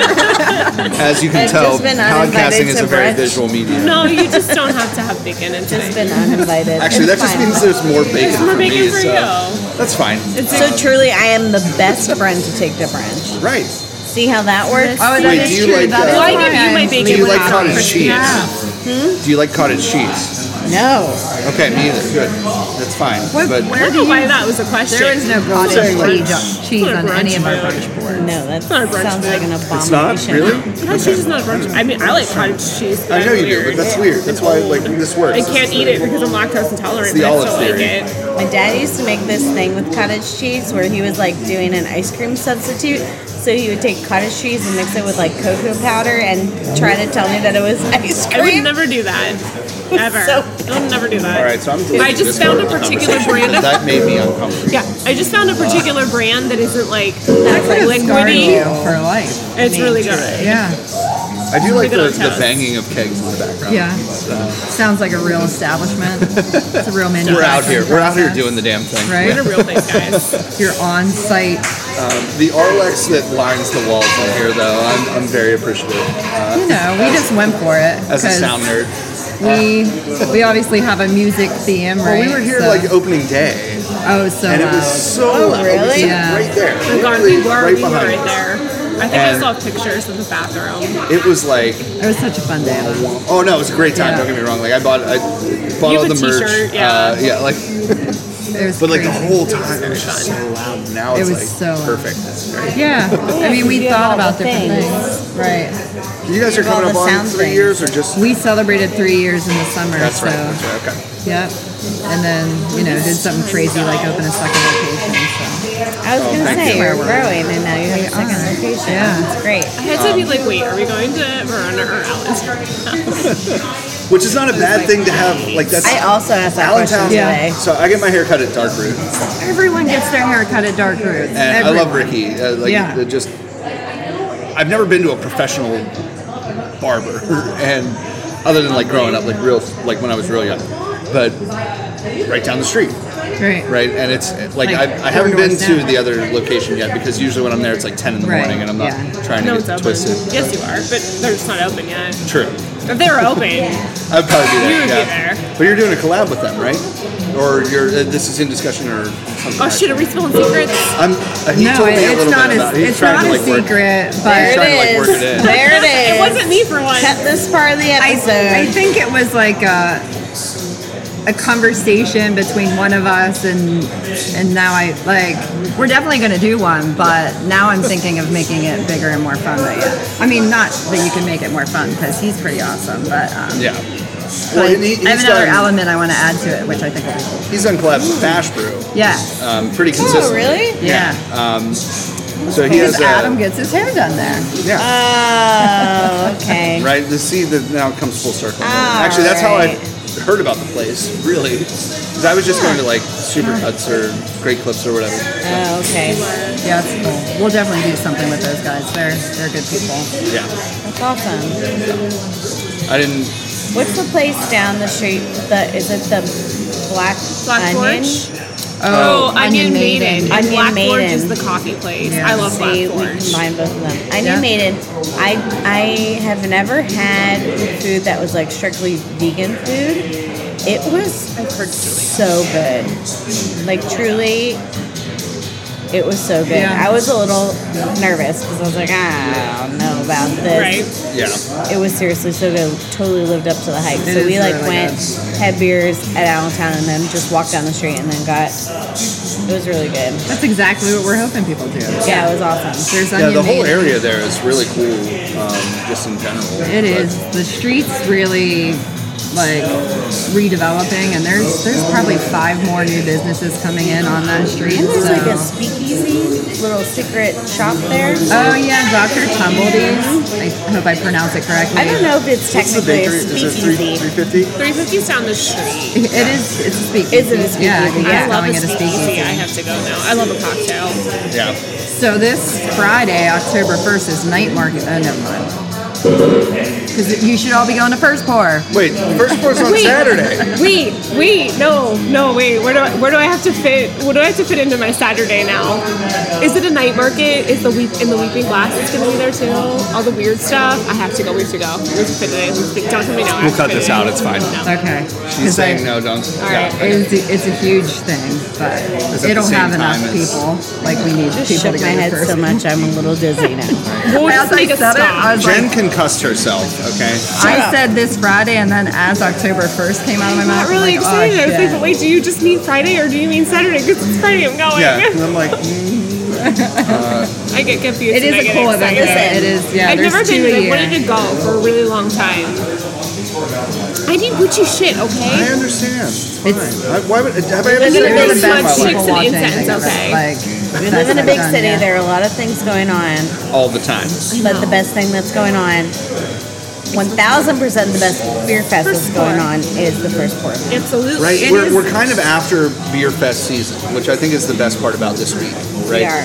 As you can I've tell, just been uninvited podcasting is to a very brunch. visual medium. No, you just don't have to have bacon in Just today. been uninvited. Actually, that It's just fine. means there's more bacon more for bacon me. for so you. That's fine. So truly, I am the best friend to take to brunch. Right. See how that works? Oh, that Wait, is do you true. like, That uh, is Well, I why give you my I'm bacon Do you with like Hmm? hot cottage crispy. cheese? Yeah. Hmm? Do you like cottage cheese? No. Okay, me either. Good. That's fine. What- but I where- don't know why that was a question. There is no cottage Sorry, cheese, brunch. cheese Sorry, on any of our brunch. brunch boards. No, that not a brunch sounds like an abomination. it's not really. Cottage cheese is not a brunch. I mean, I like cottage cheese. but I know I'm you do, but weird. that's weird. That's why like this works. I can't eat it because I'm lactose intolerant, It's the but I olive still theory. like it. My dad used to make this thing with cottage cheese where he was like doing an ice cream substitute. So he would take cottage cheese and mix it with like cocoa powder and try to tell me that it was ice I would cream. never do that. Ever. I'll never do that. All right, so I'm. I deleting just this found a part of the particular conversation, brand 'cause of That made me uncomfortable. yeah. I just found a particular brand that isn't like That could have scarred you liquidy. for life. It's really good. Yeah, I do like Leave it the, on the toast. banging of kegs in the background. yeah. Sounds like a real establishment. It's a real manufacturing. We're out here. We're out here process, doing the damn thing. We're right. the real place, guys. You're on site. The Arlex that lines the walls in here, though, I'm, I'm very appreciative. Uh, You know, we just went for it as a because sound nerd. we we obviously have a music theme, right? Well, we were here So- like opening day, oh, so and it was loud. so Oh, loud. really? It was, like, Yeah. right there. Oh God, Literally we were right we were behind right us. there. I think And- I saw pictures of the bathroom. It was like, It was such a fun day. though. oh no, it was a great time. Yeah. Don't get me wrong. Like I bought, I bought You all have the a merch. t-shirt, yeah. Uh, yeah, like, It was but like the crazy. whole time it was just so loud. Now It it's was like so loud. perfect. It's great. Yeah, I mean, we you have thought all the about different things. things, right? You guys are All coming up the on sound three things. years or just? We celebrated three years in the summer, That's so right. That's right. Okay. yep. And then you know did something crazy like open a second location. So. I was gonna thank say you. you're growing and now you have a We second are. location. Yeah. It's great. I had to be like, wait, are we going to Verona or Alice? Which is not a bad thing to have. Like that's I also asked that question Allentown. Yeah. today. So I get my hair cut at Dark Root, and Everyone gets their hair cut at Dark Roots. I love Ricky. Uh, like Yeah. it just, I've never been to a professional barber, and other than like growing up, like real, like when I was real young, but right down the street, Right. right? And it's like, Like, I, I haven't four been doors to down. the other location yet because usually when I'm there, it's like ten in the Right, morning, and I'm not yeah. trying to no, it's get open. twisted. Yes, you are, but they're just not open yet. True. If they were open, I'd probably be there. You would be yeah. there. But you're doing a collab with them, right? Or you're uh, this is in discussion or something. oh like shit, are we spilling secrets? I'm, uh, he No, told me a it's little not bit a, about it. He's it's trying not to, a like, work- secret, he's but There trying to like work it it is. in. There It it is. wasn't me for one. Cut this part of the I, I episode. think it was like a, a conversation between one of us and and now I like we're definitely gonna do one, but now I'm thinking of making it bigger and more fun. But yeah, I mean not that you can make it more fun because he's pretty awesome, but. Um, Yeah. Well, and he, I have he's another done, element I want to add to it, which I think will be cool. he's done collabs with Bash Brew, Yeah. um, pretty Oh, consistently. really? Yeah. So Uh, he Because has Adam Uh, a, gets his hair done there. yeah, Oh, okay. right. The see that now it comes full circle. Ah, Actually, that's how I heard about the place. Really, because I was just going to like Supercuts or Great Clips or whatever. Oh, okay. Yeah, it's cool. We'll definitely do something with those guys. They're they're good people. Yeah, That's awesome. I didn't. What's the place down the street? The is it the Black, Black Onion? Forge? Oh, Onion, Maiden. And Onion Black Forge Maiden. is the coffee place. Yeah. I love Black See, we Forge. combine both of them. I Yeah. knew Maiden. I I have never had food that was like strictly vegan food. It was so good. Like truly, it was so good. Yeah. I was a little nervous because I was like, I don't know about this. Right? Yeah, It was seriously so good. Totally lived up to the hype. It so is we like really went, had beers at Allentown, and then just walked down the street and then got. It was really good. That's exactly what we're hoping people do. Yeah, it was awesome. There's yeah. onion The whole Maiden. area there is really cool, um, just in general. It is. The streets really like redeveloping, and there's there's probably five more new businesses coming in on that street. And there's so. like a speakeasy little secret shop there. oh yeah, Dr. Tumbledee's. I hope I pronounced it correctly. I don't know if What's it's the technically a bakery? Is it three speakeasy. three fifty? 350's down the street. It is. It's a speakeasy. Is it a Yeah, I speakeasy? think I it's love going a at a speakeasy. speakeasy. I have to go now. I love a cocktail. Yeah. So this Friday, October 1st, is night market. Oh, never mind. Because you should all be going to First Pour. Wait, first course on Saturday. Wait, wait, no, no, wait. Where do I, where do I have to fit? What do I have to fit into my Saturday now? Is it a night market? Is the weep and the weeping glass is gonna be there too? All the weird stuff. I have to go. We have to go. We have to fit it in. Don't tell me no. I have We'll to cut fit this it in. out. It's fine. No. Okay. She's saying no, don't. right. Yeah. It's a, it's a huge thing, but at the it'll same have enough time as- people. Like we need Just people to shook my go to head First. so much I'm a little dizzy now. We'll As just I make a said it, I stop. was Jen like, concussed herself. Okay. I said this Friday, and then as October 1st came out of my I'm mouth, not really I'm like, Oh, excited. I was like, shit. but wait, do you just mean Friday or do you mean Saturday? Because it's Friday, I'm going. Yeah. And I'm like, mm, I get it confused. and is I a get cool event. excited. It is, yeah. I've there's never two been. a I year. wanted to go for a really long time. I did Gucci shit, I okay? understand. It's fine. It's- I, why would, have I ever live seen in a anything in big my smudge life? chicks and incense, okay. Like, We live in a big city. There are a lot of things going on, all the time? but the best thing that's going on, one thousand percent, the best beer fest First that's going pour. on is the first pour. Absolutely. Right. It we're, is- we're kind of after beer fest season, which I think is the best part about this week. Right. We are.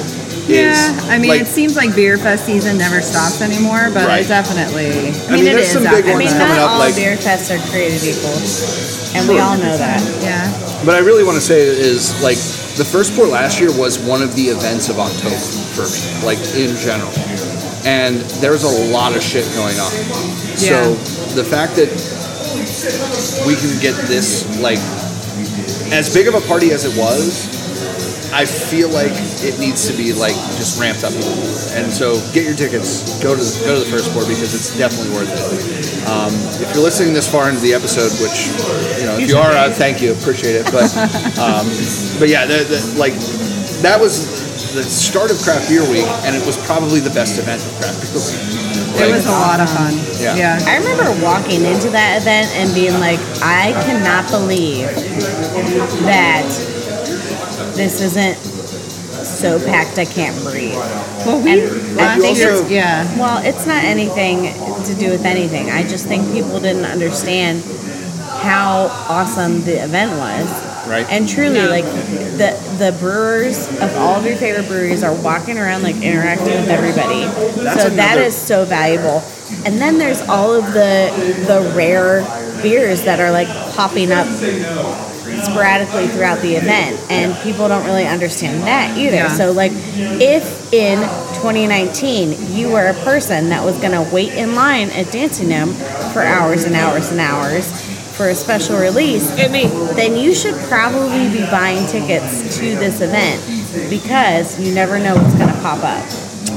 Yeah, I mean, like- it seems like beer fest season never stops anymore, but I Right. definitely. I mean, it there's is some out big there. ones I mean, coming not up, all like- beer fests are created equal, and we Sure. all know that. Yeah. But I really want to say is like the first pour last year was one of the events of October for me, like in general. And there's a lot of shit going on. So Yeah. the fact that we can get this like as big of a party as it was, I feel like it needs to be like just ramped up. And so get your tickets, go to the, go to the first pour because it's definitely worth it. Um, if you're listening this far into the episode, which you know if you are, uh, thank you, appreciate it. But um, but yeah, the, the, like that was the start of craft beer week, and it was probably the best event of craft beer week. It Like, was a lot of fun. Yeah. I remember walking into that event and being like, I cannot believe that this isn't so packed I can't breathe. Well, we. And- I you think it's, also- yeah. Well, it's not anything to do with anything. I just think people didn't understand how awesome the event was. Right. And truly, No. like the the brewers of all of your favorite breweries are walking around like interacting with everybody. so that another- is so valuable. And then there's all of the the rare beers that are like popping up sporadically throughout the event and people don't really understand that either Yeah. so like if in 2019 you were a person that was going to wait in line at dancinum for hours and hours and hours for a special release It may. then you should probably be buying tickets to this event because you never know what's going to pop up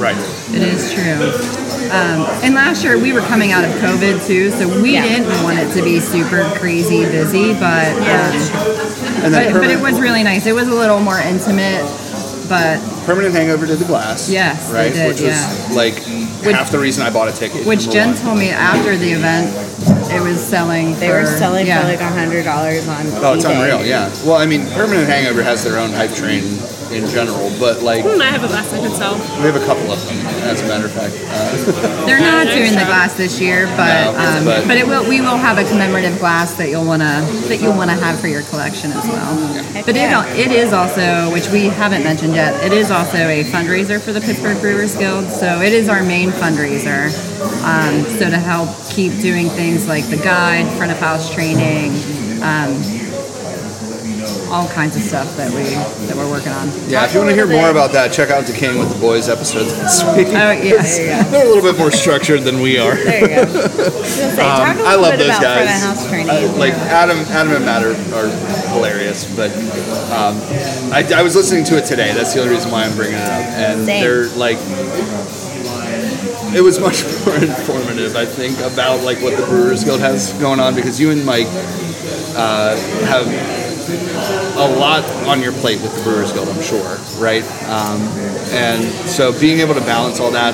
right. It is true. Um, and last year we were coming out of COVID too, so we Yeah. didn't want it to be super crazy busy, but um, And then but, but it permanent- was really nice. It was a little more intimate, but Permanent Hangover did the glass. Yes, they right, did, which was yeah. like half the reason I bought a ticket. which number Jen one. told me after the event, it was selling. they for, were selling yeah. for like $100 on Oh, it's eBay. unreal. Yeah. Well, I mean, Permanent Hangover has their own hype train in general, but like Hmm, I have a glass I could sell. we have a couple of them, as a matter of fact. Uh, They're not Yeah, doing the so- glass this year, but No, um, but- but, it will. We will have a commemorative glass that you'll wanna that you'll wanna have for your collection as well. But it, yeah. al- it is also, which we haven't mentioned yet, it is also a fundraiser for the Pittsburgh Brewers Guild. So it is our main fundraiser. Um, so to help keep doing things like the guide, front of house training. Um, all kinds of stuff that we that we're working on. yeah. If you want to hear more about that, check out the King with the Boys episode this week. Oh yeah, there you go. They're a little bit more structured than we are. there you go. I was gonna say, talk a little Um, I love bit those about guys. front of house training. Uh, like Adam, Adam and Matt are, are hilarious, but um, I, I was listening to it today. That's the only reason why I'm bringing it up, and Same. they're like, it was much more informative, I think, about like what the Brewers Guild has going on because you and Mike uh, have a lot on your plate with the Brewers Guild, I'm sure, right? Um, and so being able to balance all that,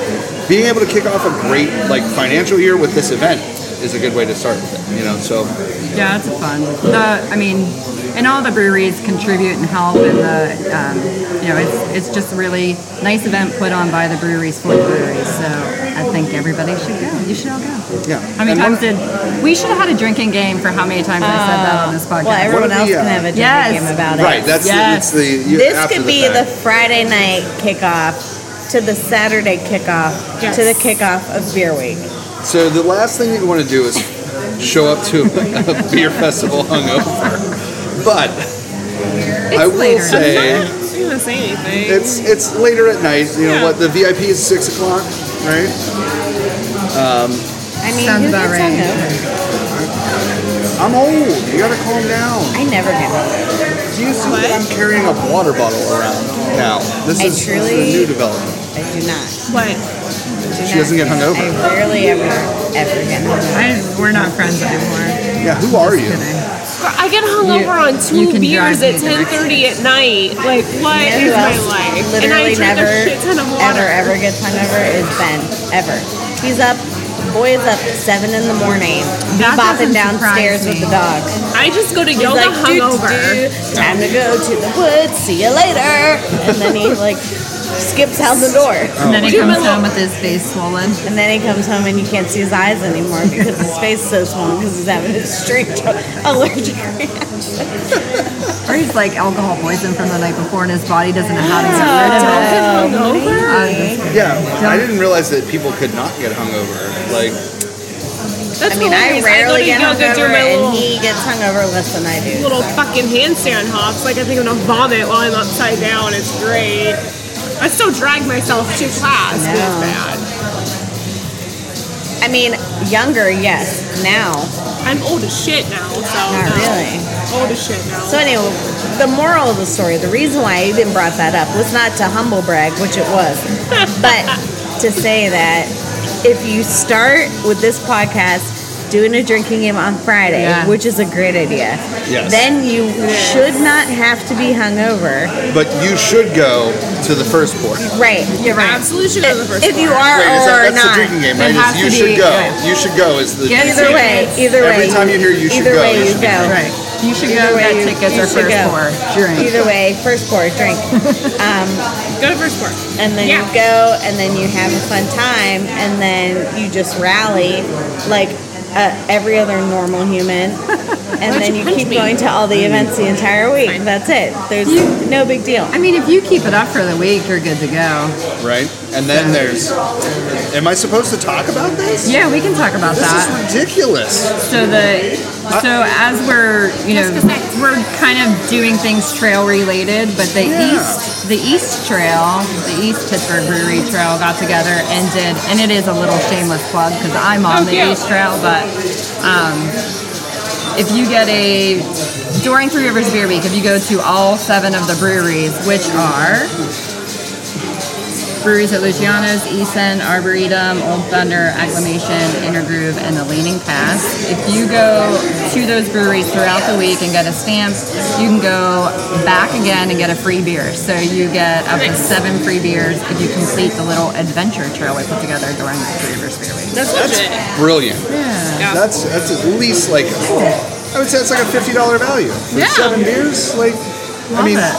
being able to kick off a great like financial year with this event is a good way to start with it, you know. So Yeah, it's fun. The, I mean, and all the breweries contribute and help, and the, um, you know, it's it's just a really nice event put on by the breweries for the breweries. So I think everybody should go. You should all go. yeah, How many And times one- did we should have had a drinking game for how many times I said that on this podcast? Well, everyone the, else uh, can have a drinking Yes. game about it. Right, that's Yes. the, it's the you, this after could the be the fact. Friday night kickoff to the Saturday kickoff Yes. to the kickoff of Beer Week. so the last thing that you want to do is show up to a beer festival hungover, but I will later. say. I'm not gonna say anything. It's it's later at night. You know Yeah. what? The VIP is six o'clock, right? I mean, Sounds who about gets right. hungover? I'm old. You gotta calm down. I never get hungover. Do you see that I'm carrying a water bottle around now? This I is, this is truly- a new development. I do not. What? She doesn't get hungover. I rarely ever, ever get hungover. I, we're not friends anymore. Yeah, who are you? Kidding. I get hungover You- on you two can drive beers me at the next 10:30 at night. Like, what is You know who my else life? And I Literally drink never, a shit ton of water. ever, ever gets hungover is Ben. Ever. He's up. Boy is up seven in the morning, That bopping doesn't surprise downstairs with me. the dog. I just go to He's yoga like, "Doo, doo, hungover. doo, time to go to the woods. See you later. And then he like skips out the door. And then he Do my comes little- home with his face swollen. And then he comes home and you can't see his eyes anymore because his face is so swollen because he's having a strange allergic reaction. Or he's like alcohol poison from the night before and his body doesn't know how to get rid of it. Don't get hungover. Uh, it's- Yeah, I didn't realize that people could not get hungover. Like, That's I mean, I hilarious. I go rarely to get yoga, do hungover, my and little, he gets hungover less than I do. little fucking handstand hops. Like, I think I'm gonna vomit while I'm upside down. It's great. I still drag myself to class. No. It's bad. I mean, younger, yes. Now, I'm old as shit now, so not no. really. Old as shit now. So anyway, the moral of the story, the reason why I even brought that up was not to humble brag, which it was, but to say that if you start with this podcast doing a drinking game on Friday, Yeah. which is a great idea, Yes. then you should not have to be hungover. but you should go to the first pour. Right, you're right. Absolutely should go to the first If you pour. are Wait, is or that, that's not. the drinking game, It right? has Is you to should be- go. yeah. You should go is the Yes. Either way, either way. Every time you hear you should either go, you way, you should be go. Right. You should Either go way, get you- tickets you or should first go. pour. Drink. Either way, first pour, drink. Go to first court. and then yeah. you go and then you have a fun time and then you just rally like uh, every other normal human and then you keep going to all the events the entire week that's it there's no big deal I mean, if you keep it up for the week, you're good to go. right? And then there's. Am I supposed to talk about this? Yeah, we can talk about This that. is ridiculous. So the so as we're you know we're kind of doing things trail related, but the Yeah. east the east trail the East Pittsburgh Brewery Trail got together and did and it is a little shameless plug because I'm on Oh, the yeah. east trail, but um, if you get a during Three Rivers Beer Week, if you go to all seven of the breweries, which are breweries at Luciano's, Eason, Arboretum, Old Thunder, Acclamation, Inner Groove, and the Leaning Pass. If you go to those breweries throughout the week and get a stamp, you can go back again and get a free beer. So you get up to seven free beers if you complete the little adventure trail we put together during the Three Rivers Beer Week. That's That's legit. brilliant. Yeah. That's that's at least like I would say it's like a fifty dollar value for Yeah. seven beers. Like, I Love mean, it.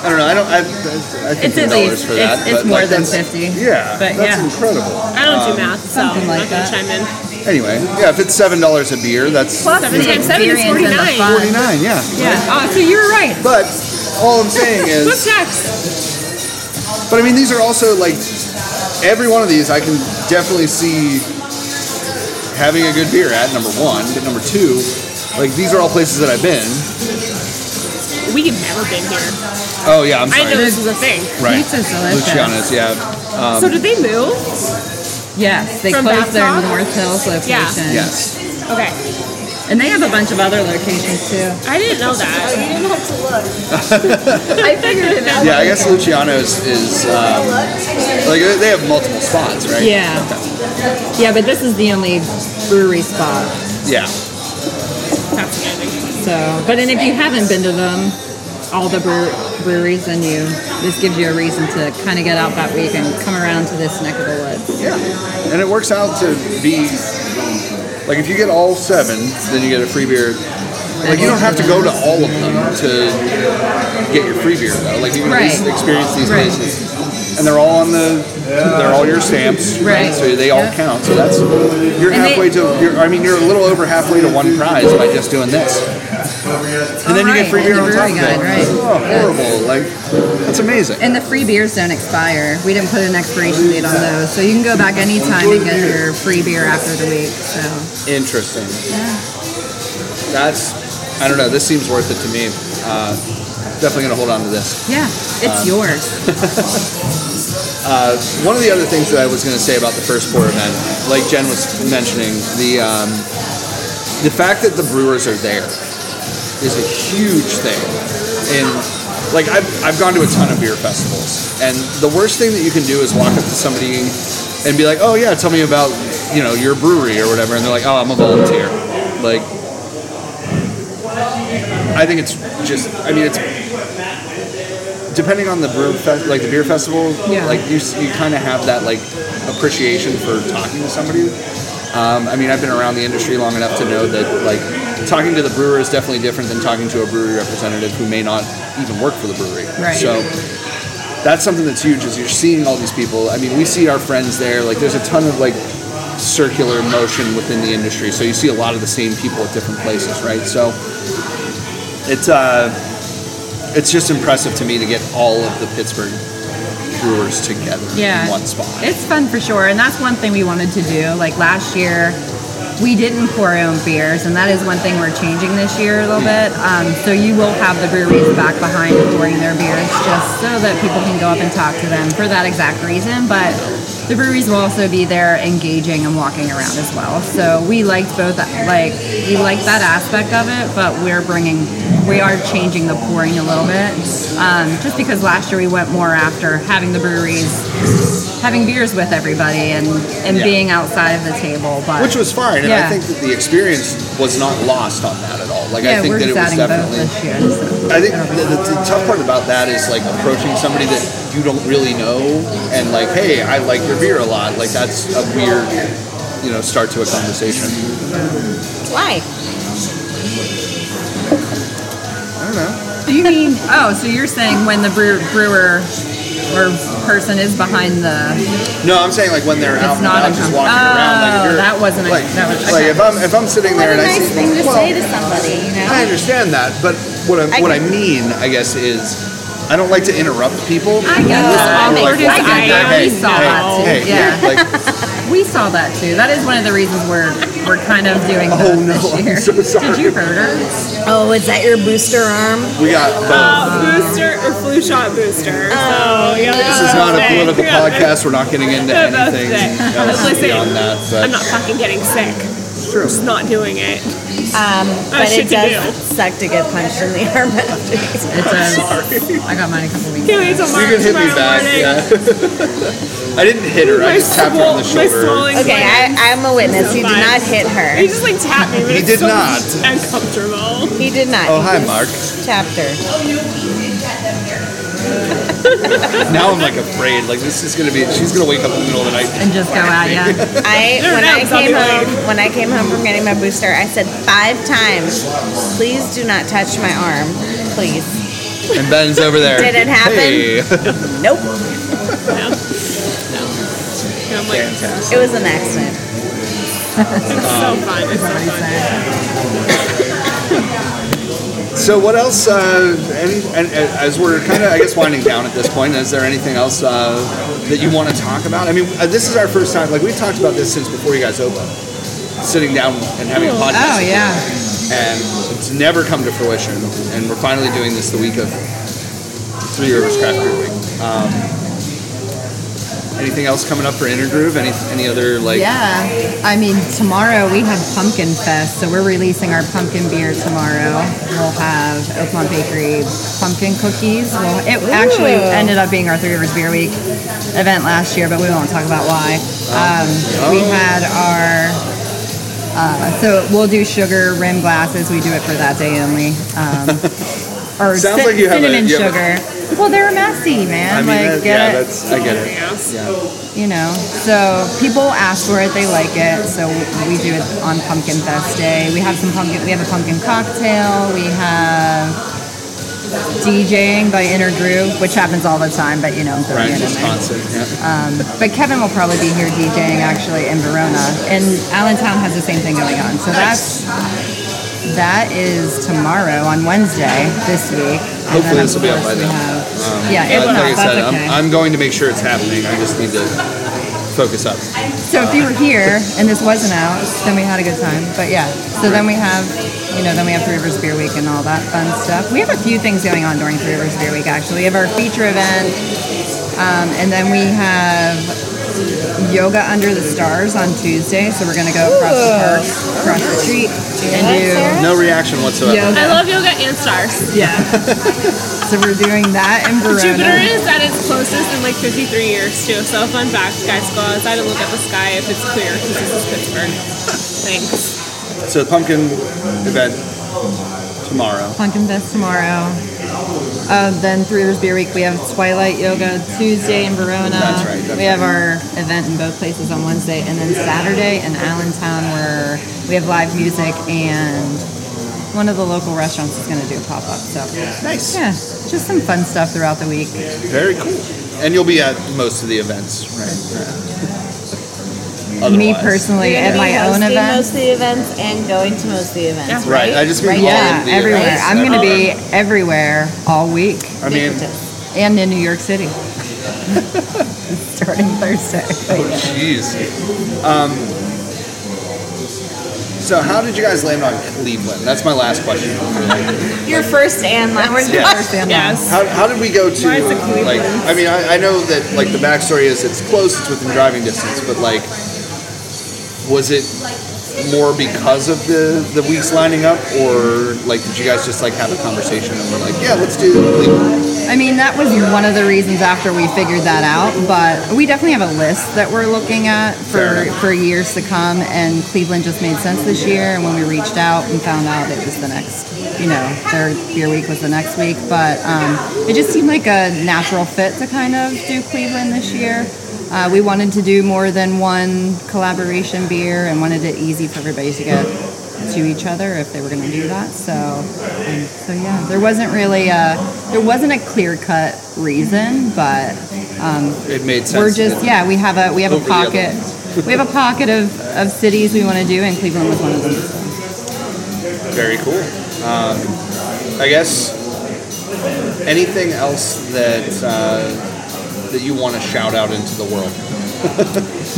I don't know. I don't. I, I think It's at $10 least- for that. it's- it's but, more like, than that's- 50. Yeah, But, that's yeah. incredible. I don't do math, so I'm something like not gonna that. chime in. Anyway, yeah, if it's seven dollars a beer, that's Plus Seven the times seven is experience and the 49. fun. forty nine. Yeah, Yeah. Uh, Oh, so you're right. but all I'm saying Book is, tax. but I mean, these are also like every one of these. I can definitely see having a good beer at number one, but number two, like these are all places that I've been. We've never been here. Oh yeah, I'm I know sorry. this was a thing. Right, Pizza's delicious. Luciano's. Yeah. so did they move? Yes, they From closed their Babcock? North Hills location. Yes. Okay. And they have a bunch of other locations too. I didn't know that. didn't have to look I figured it out. Yeah, I guess Luciano's is um, like they have multiple spots, right? Yeah. Yeah, but this is the only brewery spot. Yeah. Fascinating. So, but and if you haven't been to them, all the brewer- breweries, then you this gives you a reason to kind of get out that week and come around to this neck of the woods. Yeah. And it works out to be like if you get all seven, then you get a free beer. Like you don't have to go to all of them to get your free beer though. Like you can at least Right. experience these Right. places. And they're all on the they're all your stamps. Right. So they all Yeah. count. So that's you're And they- halfway to you're, I mean you're a little over halfway to one prize by just doing this. And then you get Alright, free and beer the on top brewery of it. guide, right. Oh, horrible. Like that's amazing. And the free beers don't expire. We didn't put an expiration date on those, so you can go back anytime and get your free beer after the week. So Interesting. That's, I don't know, this seems worth it to me. Uh, definitely going to hold on to this. yeah, it's yours. One of the other things that I was going to say about the first pour event, like Jen was mentioning, the, um, the fact that the brewers are there is a huge thing. And like I've, I've gone to a ton of beer festivals, and the worst thing that you can do is walk up to somebody and be like, oh yeah, tell me about you know your brewery or whatever, and they're like, oh, I'm a volunteer. Like, I think it's just, I mean, it's depending on the brew fest, like the beer festival, Yeah. like you s- you kind of have that like appreciation for talking to somebody. Um, I mean, I've been around the industry long enough to know that like talking to the brewer is definitely different than talking to a brewery representative who may not even work for the brewery. Right. So that's something that's huge is you're seeing all these people. I mean, we see our friends there. Like, there's a ton of like circular motion within the industry. So you see a lot of the same people at different places, right? So it's uh, it's just impressive to me to get all of the Pittsburgh brewers together yeah. in one spot. It's fun for sure, and that's one thing we wanted to do. Like last year, we didn't pour our own beers, and that is one thing we're changing this year a little bit. Um, so you will have the breweries back behind pouring their beers, just so that people can go up and talk to them for that exact reason. But the breweries will also be there engaging and walking around as well. So we liked both, like we liked that aspect of it, but we're bringing, we are changing the pouring a little bit, um, just because last year we went more after having the breweries having beers with everybody and, and Yeah. being outside of the table. But which was fine, and Yeah. I think that the experience was not lost on that at all. Like yeah, I think we're that it just was adding both definitely. this year. so. I think the, the, the tough part about that is like approaching somebody that you don't really know and like, hey, I like your beer a lot. Like that's a weird, you know, start to a conversation. Why? I don't know. You mean oh, so you're saying when the brewer, brewer or person is behind the No, I'm saying like when they're out and not about just uncom- walking around. Like Oh, if you're, that wasn't a- like, that was- like okay. if I'm if I'm sitting What there a and I nice see, thing to well, say to somebody, you know? I understand that, but what I, I what can- I mean, I guess, is I don't like to interrupt people. I get No, this that awkward makes is sense. I get that. I We saw that too. hey, hey, yeah. like, we saw that too. That is one of the reasons we're we're kind of doing both Oh, no, this I'm year. so Did sorry. you hurt her? Oh, is that your booster arm? we got both. Uh, booster or flu shot booster. so, yeah, Oh, This is not a political podcast. We're not getting into Yeah, Oh, that's anything it. else Listen, beyond that. But I'm not fucking getting sick. true. Just not doing it. Oh, Um, but shit it to does suck to get punched in the arm afterwards. It does. I got mine a couple weeks. ago. Can't wait till You March can hit me tomorrow back. morning. Yeah. I didn't hit her. I My just tapped her on the swol- my shoulder. swelling Okay, I, I'm a witness. He did not hit He her. just like tapped me, but He it's did so not. uncomfortable. He did not. Oh hi, He just Mark. Tapped her. Now I'm like afraid. Like this is gonna be. She's gonna wake up in the middle of the night. And just go out, yeah. I They're when not I something. came home when I came home from getting my booster, I said five times, "Please do not touch my arm, please." And Ben's over there. Did it happen? Hey. Nope, No. No. And I'm like, it's Fantastic. it was an accident. so fun. It's so fun. So what else? Uh, any, and, and as we're kind of, I guess, winding down at this point, is there anything else uh, that you want to talk about? I mean, uh, this is our first time. Like we talked about this since before you guys opened, sitting down and having a podcast. Oh yeah. and it's never come to fruition. And we're finally doing this the week of Three Rivers Craft Beer Week. Um, anything else coming up for Intergroove? Any any other like? Yeah, I mean tomorrow we have Pumpkin Fest, so we're releasing our pumpkin beer tomorrow. We'll have Oakmont Bakery pumpkin cookies. Well, it actually Ooh. ended up being our Three Rivers Beer Week event last year, but we won't talk about why. Oh. Um, We had our uh, so we'll do sugar rim glasses. We do it for that day only. Um, or Sounds cin- like you have a- cinnamon you have a- sugar. well, they're messy, man. I mean, like, that- get yeah, it that's I get it. Yes. Yeah. you know. So people ask for it, they like it, so we do it on Pumpkin Fest Day. We have some pumpkin. We have a pumpkin cocktail. We have DJing by Inner Groove, which happens all the time, but you know, I'm throwing Brian's it in there. Wisconsin. Yeah. But Kevin will probably be here DJing actually in Verona, and Allentown has the same thing going on. So that's that is tomorrow on Wednesday this week. And Hopefully then, this will be of up by course, we then. Um, have- yeah, it will. like I That's said, okay. I'm, I'm going to make sure it's happening. I just need to focus up. So if you were here and this wasn't out, then we had a good time. But yeah, so then we have, you know, then we have Three Rivers Beer Week and all that fun stuff. We have a few things going on during Three Rivers Beer Week. Actually, we have our feature event, um, and then we have yoga under the stars on Tuesday, so we're gonna go across the park, across the street, and do No reaction whatsoever. I yoga. love yoga and stars. Yeah. so we're doing that in Jupiter Verona. is at its closest in like 53 years too. So fun fact, guys, go outside and look at the sky if it's clear because this is Pittsburgh. Thanks. So the pumpkin event tomorrow. Pumpkin Fest tomorrow. Uh, then Three Rivers Beer Week, we have Twilight Yoga Tuesday in Verona. That's right, that's we have our event in both places on Wednesday, and then Saturday in Allentown, where we have live music and one of the local restaurants is going to do a pop up. So Nice. yeah, just some fun stuff throughout the week. Very cool. And you'll be at most of the events, right? Me Otherwise. personally, You're at gonna be my own hosting event. most of the events and going to most of the events. Right. I just mean Right. all Yeah, of the everywhere. events. I'm going to be everywhere all week I mean, and in New York City starting Thursday. But yeah. jeez. Um, so how did you guys land on Cleveland? That's my last question. Your first and last. Yeah. Understand that. Yes. How, how did we go to Why is it Cleveland? like? I mean, I, I know that like the backstory is it's close, it's within driving distance, but like, was it more because of the the weeks lining up, or like did you guys just like have a conversation and were like, yeah, let's do Cleveland? I mean, that was one of the reasons after we figured that out, but we definitely have a list that we're looking Fair at for, enough. for years to come, and Cleveland just made sense this year. And when we reached out and found out it was the next, you know, their beer week was the next week, but um, it just seemed like a natural fit to kind of do Cleveland this year. Uh, we wanted to do more than one collaboration beer and wanted it easy for everybody to get to each other if they were going to do that. So, um, so yeah, there wasn't really a there wasn't a clear cut reason, but It made sense. we're just yeah we have a we have a Over the other pocket we have a pocket of, of cities we want to do, and Cleveland was one of them. Very cool. Um, I guess anything else that uh, that you want to shout out into the world?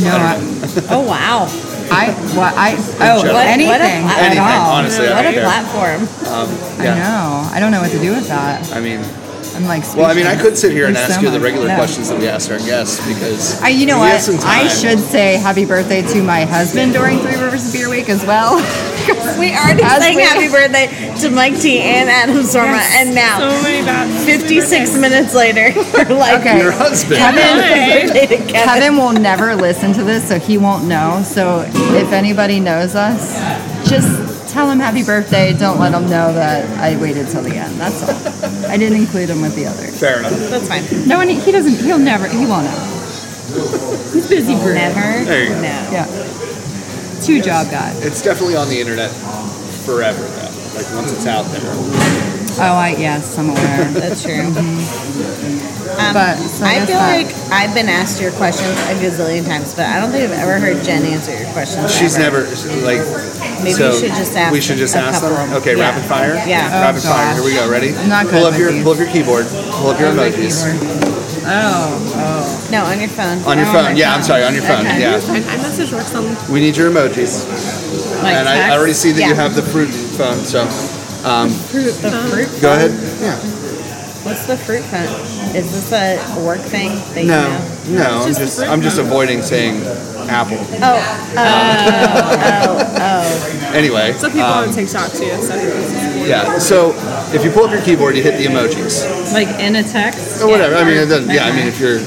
No, I, Oh wow! I, what, I oh general. What- what a- anything at Anything, all. honestly, I what don't a care. platform! I Yeah. know. I don't know what to do with that. I mean, I'm like. well, I mean, I speechless. could sit here and There's ask so you the much. regular No. questions that we ask our guests because I, you know we have what? some time. I should say happy birthday to my husband during Three Rivers Beer Week as well. We already As sang we- happy birthday to Mike T and Adam Zorma, and So now many bats. 56 minutes later, we're like Okay. Your husband. Kevin, Hey. birthday to Kevin. Kevin will never listen to this, so he won't know. So if anybody knows us, just tell him happy birthday. Don't let him know that I waited till the end. That's all. I didn't include him with the others. Fair enough. That's fine. No, and he doesn't. He'll never. He won't know. He's busy. Brew. Never. There you go. No. Yeah. Two job guy. It's definitely on the internet forever, though. Like once it's out there. Oh, I yes, I'm aware. That's true. Um, But, so I that's feel that. like I've been asked your questions a gazillion times, but I don't think I've ever heard Jen answer your questions. She's never ever. like. Maybe so we should just ask We should just a ask couple them. of- Okay, yeah. rapid fire. Yeah. Oh, rapid fire. gosh. Here we go. Ready? I'm not good pull up with your these. pull up your keyboard. Pull up your Oh, my emojis keyboard. Oh, No, on your phone. on your Oh, phone. my Yeah, I'm God. sorry. On your phone. Okay. Yeah. I I message works on We need your emojis. oh. Like and I, I text? already see that you Yeah. have the fruit phone. So fruit. Fruit go phone? ahead. Yeah. What's the fruit phone? Is this a work thing that you know? No, no. I'm It's just just the fruit I'm just phone. avoiding saying Apple. Oh, Anyway. Some people on TikTok too. So Yeah. So if you pull up your keyboard, you hit the emojis. Like in a text. Or whatever. I mean, it doesn't, yeah. I mean, if you're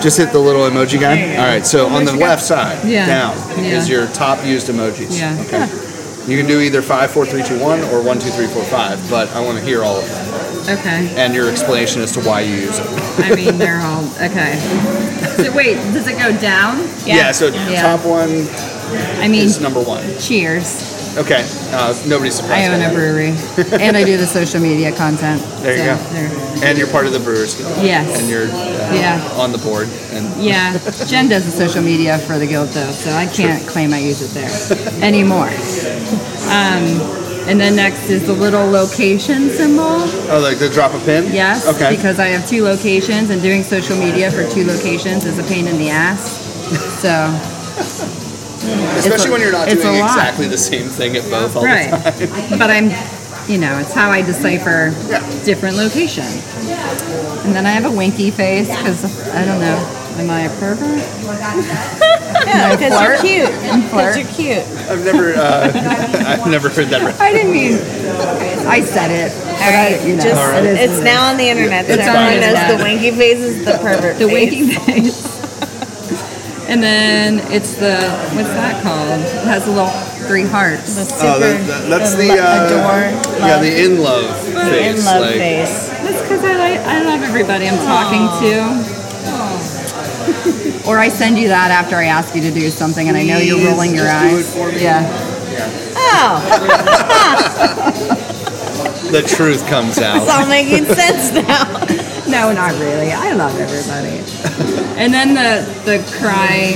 just hit the little emoji guy. All right. So on the left side, Yeah. down is Yeah. your top used emojis. Yeah. Okay. You can do either five, four, three, two, one, or one, two, three, four, five. But I want to hear all of them Okay. and your explanation as to why you use them. I mean, they're all okay. So wait, does it go down? Yeah. so top one I mean, is number one. cheers. Okay. Uh, nobody's I surprised. by own a that. brewery, and I do the social media content. There you so go. there- And you're part of the Brewers Guild. Yes. And you're uh, Yeah. on the board. And yeah, Jen does the social media for the guild though, so I can't claim I use it there anymore. Um, and then next is the little location symbol. oh, like the drop a pin. Yes. Okay. Because I have two locations, and doing social media for two locations is a pain in the ass. So. Especially a- when you're not doing it's a lot. exactly the same thing at both all right. the time. but I'm, you know, it's how I decipher Yeah. different location. And then I have a winky face because I don't know. Am I a pervert? Yeah, flirt? because you're cute. And flirt. Because you're cute. I've never, uh, I've never heard that. re- I didn't mean. I said it. I got it. You know, Just, it is- it's now on the internet, so It's on everyone the knows internet. the winky face is the pervert the face. winking face. and then it's the what's that called? It has a little three hearts. Oh, that, that, that's the lo- uh, adore, yeah, love. the in love face. in love like, face. That's because I like I love everybody I'm talking to. or I send you that after I ask you to do something, and I know you're Please, rolling your just do it for eyes. me. Yeah, Oh, The truth comes it's out. all making sense now. no, not really. I love everybody. and then the the cry,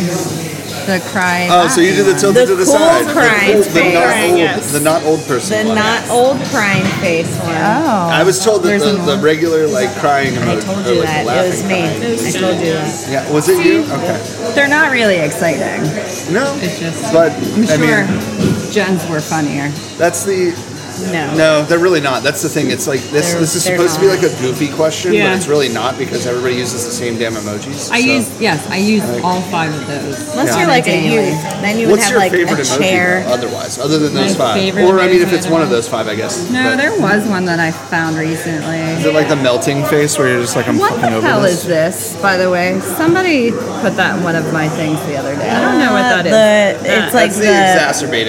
the cry. Oh, so you did the tilted The to the cool side. crying the, the, not face. old, Yes. the not old person. The one. not old crying face one. Oh, I was told that There's the, an the old- regular like crying I emoji, told or, you like, that. Oh, laughing It was me. crying. I told you that. Yeah, was it you? Okay. They're not really exciting. No. It's just- But I'm I sure mean, Jen's were funnier. that's the No. No, they're really not. That's the thing. It's like this. They're- this is they're supposed to be like not. a goofy question, Yeah. but it's really not because everybody uses the same damn emojis. I so. use yes, I use all five of those. Unless Yeah. you're like a Daily. youth, then you would What's have your like favorite a emoji chair. though, otherwise, other than those My five? favorite Or I mean, emoji if it's I one of don't- those five, I guess. No, But there was one that I found recently. Is it like the melting face where you're just like, I'm What fucking the over hell this? is this, by the way? Somebody put that in one of my things the other day. I don't know what Uh, that is. the- That. it's like That's the, the,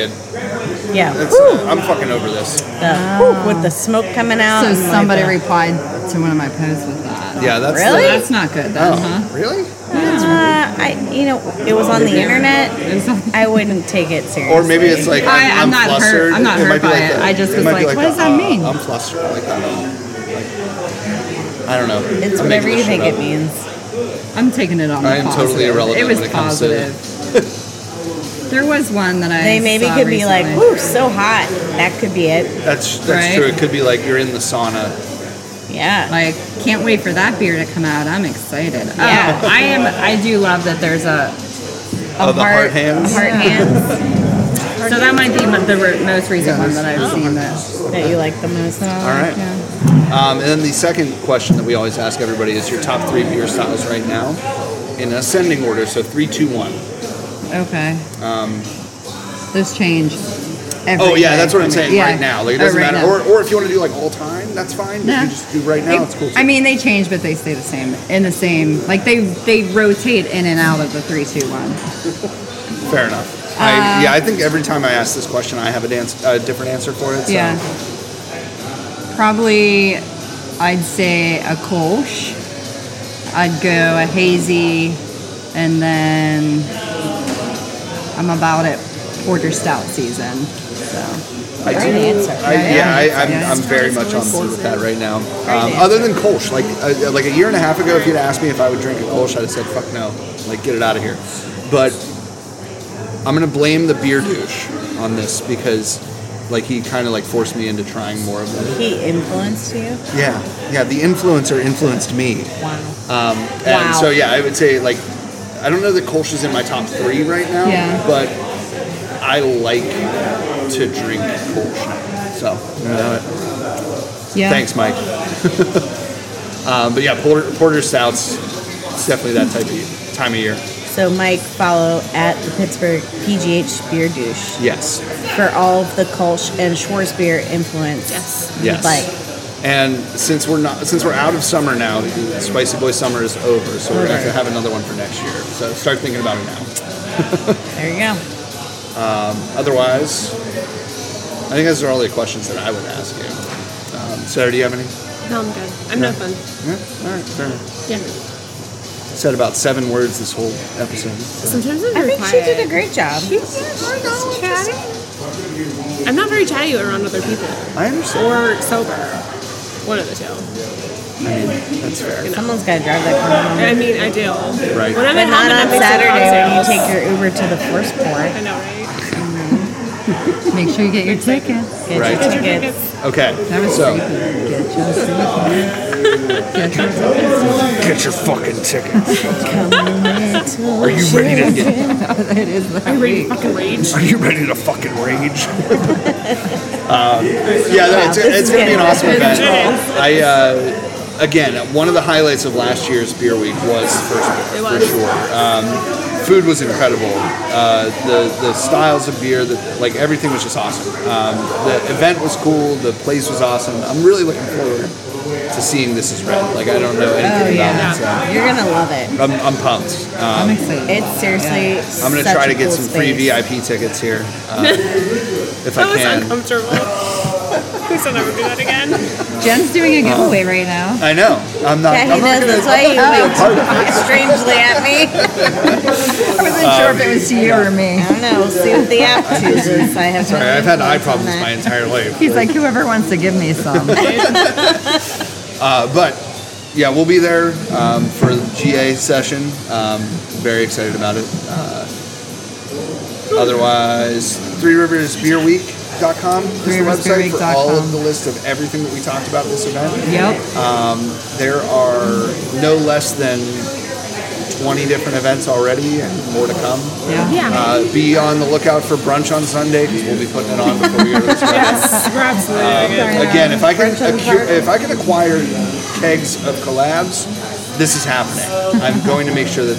exacerbated. yeah, That's, uh, I'm fucking over this. the- whew, with the smoke coming out. So and, like, somebody the- replied to one of my posts with that. Yeah, that's So Really? that's not good then, The, huh? oh, really? Uh, I, you know, it was on the internet. It's like- I wouldn't take it seriously. Or maybe it's like I- I'm, I'm not hurt- flustered. I'm not it might hurt be by like it. the- I just was might be like, what the, does that uh, mean? I'm flustered. Like that. Like, I don't know. It's I'm making whatever you this think shit it up. means. I'm taking it on. the I am totally positive. irrelevant It was when it comes to- positive. there was one that I. They maybe saw could be like, recently. "Ooh, so hot." That could be it. That's that's Right? true. It could be like you're in the sauna. Yeah. Like, can't wait for that beer to come out. I'm excited. Yeah. Oh, I am. I do love that there's a. Oh, the heart a hands? Heart Yeah. hands So that might be the re- most recent one that I've seen. That. that you like the most. All right. Um, and then the second question that we always ask everybody is your top three beer styles right now, in ascending order. So three, two, one. Okay. Um. Those change. Every Oh yeah, day that's what I'm for me. saying Yeah. right now. Like it Oh, doesn't right matter. now. Or, or if you want to do like all time, that's fine. But No. You just do right now. it's cool. I mean, they change, but they stay the same. In the same, like they they rotate in and out of the three, two, one. Fair enough. Uh, I, yeah, I think every time I ask this question, I have a, dance, a different answer for it. So. Yeah. Probably, I'd say a Kolsch. I'd go a hazy, and then I'm about it porter stout season. So I do. Great answer. I, Yeah, yeah, yeah. I, I'm, Yeah. I'm very much on board with that right now. Um, other than Kolsch, like uh, like a year and a half ago, if you'd asked me if I would drink a Kolsch, I'd have said, fuck no. Like, get it out of here. But I'm going to blame the beer douche on this because, like, he kind of, like, forced me into trying more of them. He influenced you. Yeah. Yeah, the influencer influenced me. Wow. And Wow. so yeah, I would say like I don't know that Kolsch is in my top three right now, Yeah. but I like to drink Kolsch now. So you know what? yeah. thanks, Mike. um, but yeah, porter, porter stouts. It's definitely that type of time of year. So Mike, follow at the Pittsburgh PGH Beer Douche Yes. for all of the Kolsch and Schwarz beer influence. Yes. you'd Yes. Like And since we're not since we're out of summer now, Spicy Boy summer is over, so we're gonna have to have another one for next year. So start thinking about it now. there you go. Otherwise, I think those are all the questions that I would ask you. Um, Sarah, do you have any? No, I'm good. I'm not fun. Yeah. All right. Fair enough. Yeah. Said about seven words this whole episode. Sometimes I'm I very think she quiet. did a great job. She did. We're not chatty. I'm not very chatty around other people I understand. or sober. One of the two. I mean, that's fair. Someone's got to drive that car. home. I mean, I do. Right. When I'm at But home, not and I'm on Saturday when you Saturday. take your Uber to the first I port. know, right? Make sure you get your tickets. Get Right. your Get your tickets. tickets. Okay. That was so. creepy. Get your tickets. Get your tickets. Get your fucking tickets. Are get? it is that Ready to week. fucking rage. Are you ready to fucking rage? um, yeah, no, it's, Wow, it's this is gonna be getting an awesome out of event. control. I uh, again, one of the highlights of last year's Beer Week was First Beer, It for was. sure. Um, food was incredible. Uh, the the styles of beer, that like everything was just awesome. Um, the event was cool. The place was awesome. I'm really looking forward to seeing this is red. Like I don't know Oh, anything about it, You're gonna love it. so I'm, I'm pumped. Uh, I'm excited. It's seriously. I'm gonna such try a to get cool some free space. VIP tickets here uh, if That I was can. uncomfortable. Please don't ever do that again. Jen's doing a giveaway right now. I know. I'm not. Yeah, he I'm not gonna- does. That's why he I'm not winked gonna be a part of it. strangely at me. I wasn't sure if it was to you Um, or me. I don't know. We'll see what the app chooses. I have. Sorry, no I've had eye influence on problems that. my entire life. He's like, whoever wants to give me some. Uh, but yeah, we'll be there um, for the GA session. Um, very excited about it. Uh, otherwise, Three Rivers Beer Week.com is the website for all of the list of everything that we talked about this event. yep. There are no less than 20 different events already and more to come. Yeah. Yeah. Uh, be on the lookout for brunch on Sunday because we'll be putting it on before we go to this wedding. Yes, we're absolutely doing it. Again, if I can French and accu- fart. if I can acquire kegs of collabs, this is happening. I'm going to make sure that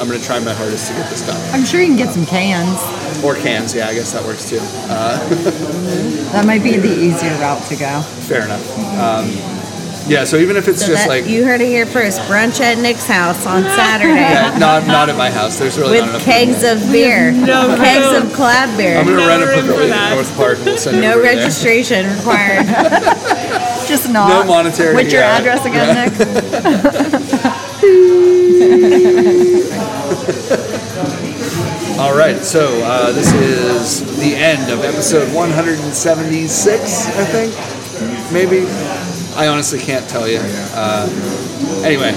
I'm going to try my hardest to get this done. I'm sure you can get some cans. Or cans, yeah, I guess that works too. Uh, That might be the easier route to go. Fair enough. Um, yeah, so even if it's So just that- like you heard it here first. Brunch at Nick's house on Saturday yeah, not not at my house, there's really not with enough. room. kegs of beer, no kegs room. of collab I'm beer. going to no rent a room for pavilion that. at North Park. and We'll send No everybody there. registration required. Just not. No monetary, What's your yeah. address again, Nick? All right, so uh, this is the end of episode 176, I think. Maybe. I honestly can't tell you. Uh, anyway,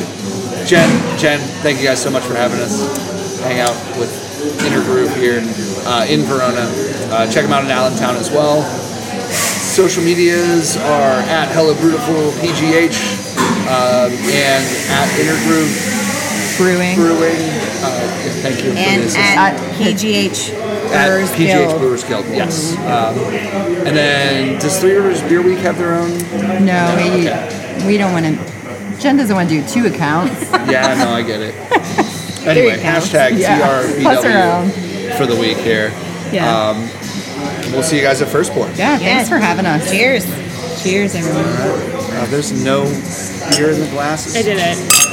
Jen, Jen, thank you guys so much for having us hang out with Inner Groove here uh, in Verona. Uh, check them out in Allentown as well. Social medias are at Hello Brutiful PGH uh, and at Inner Groove Brewing. Brewing. Uh, yeah, thank you for and this. at At- PGH Brewers At PGH Guild. Brewers Guild, yes. Mm-hmm. Um, and then, does Three Rivers Beer Week have their own? No, we, we don't want to. Jen doesn't want to do two accounts. Yeah, no, I get it. Anyway, you go. hashtag Yeah. Plus her own. TRBW for the week here. Yeah. Um, we'll see you guys at Firstborn. yeah, thanks for having us. Cheers. Cheers, everyone. Uh, there's no beer in the glasses. I did it.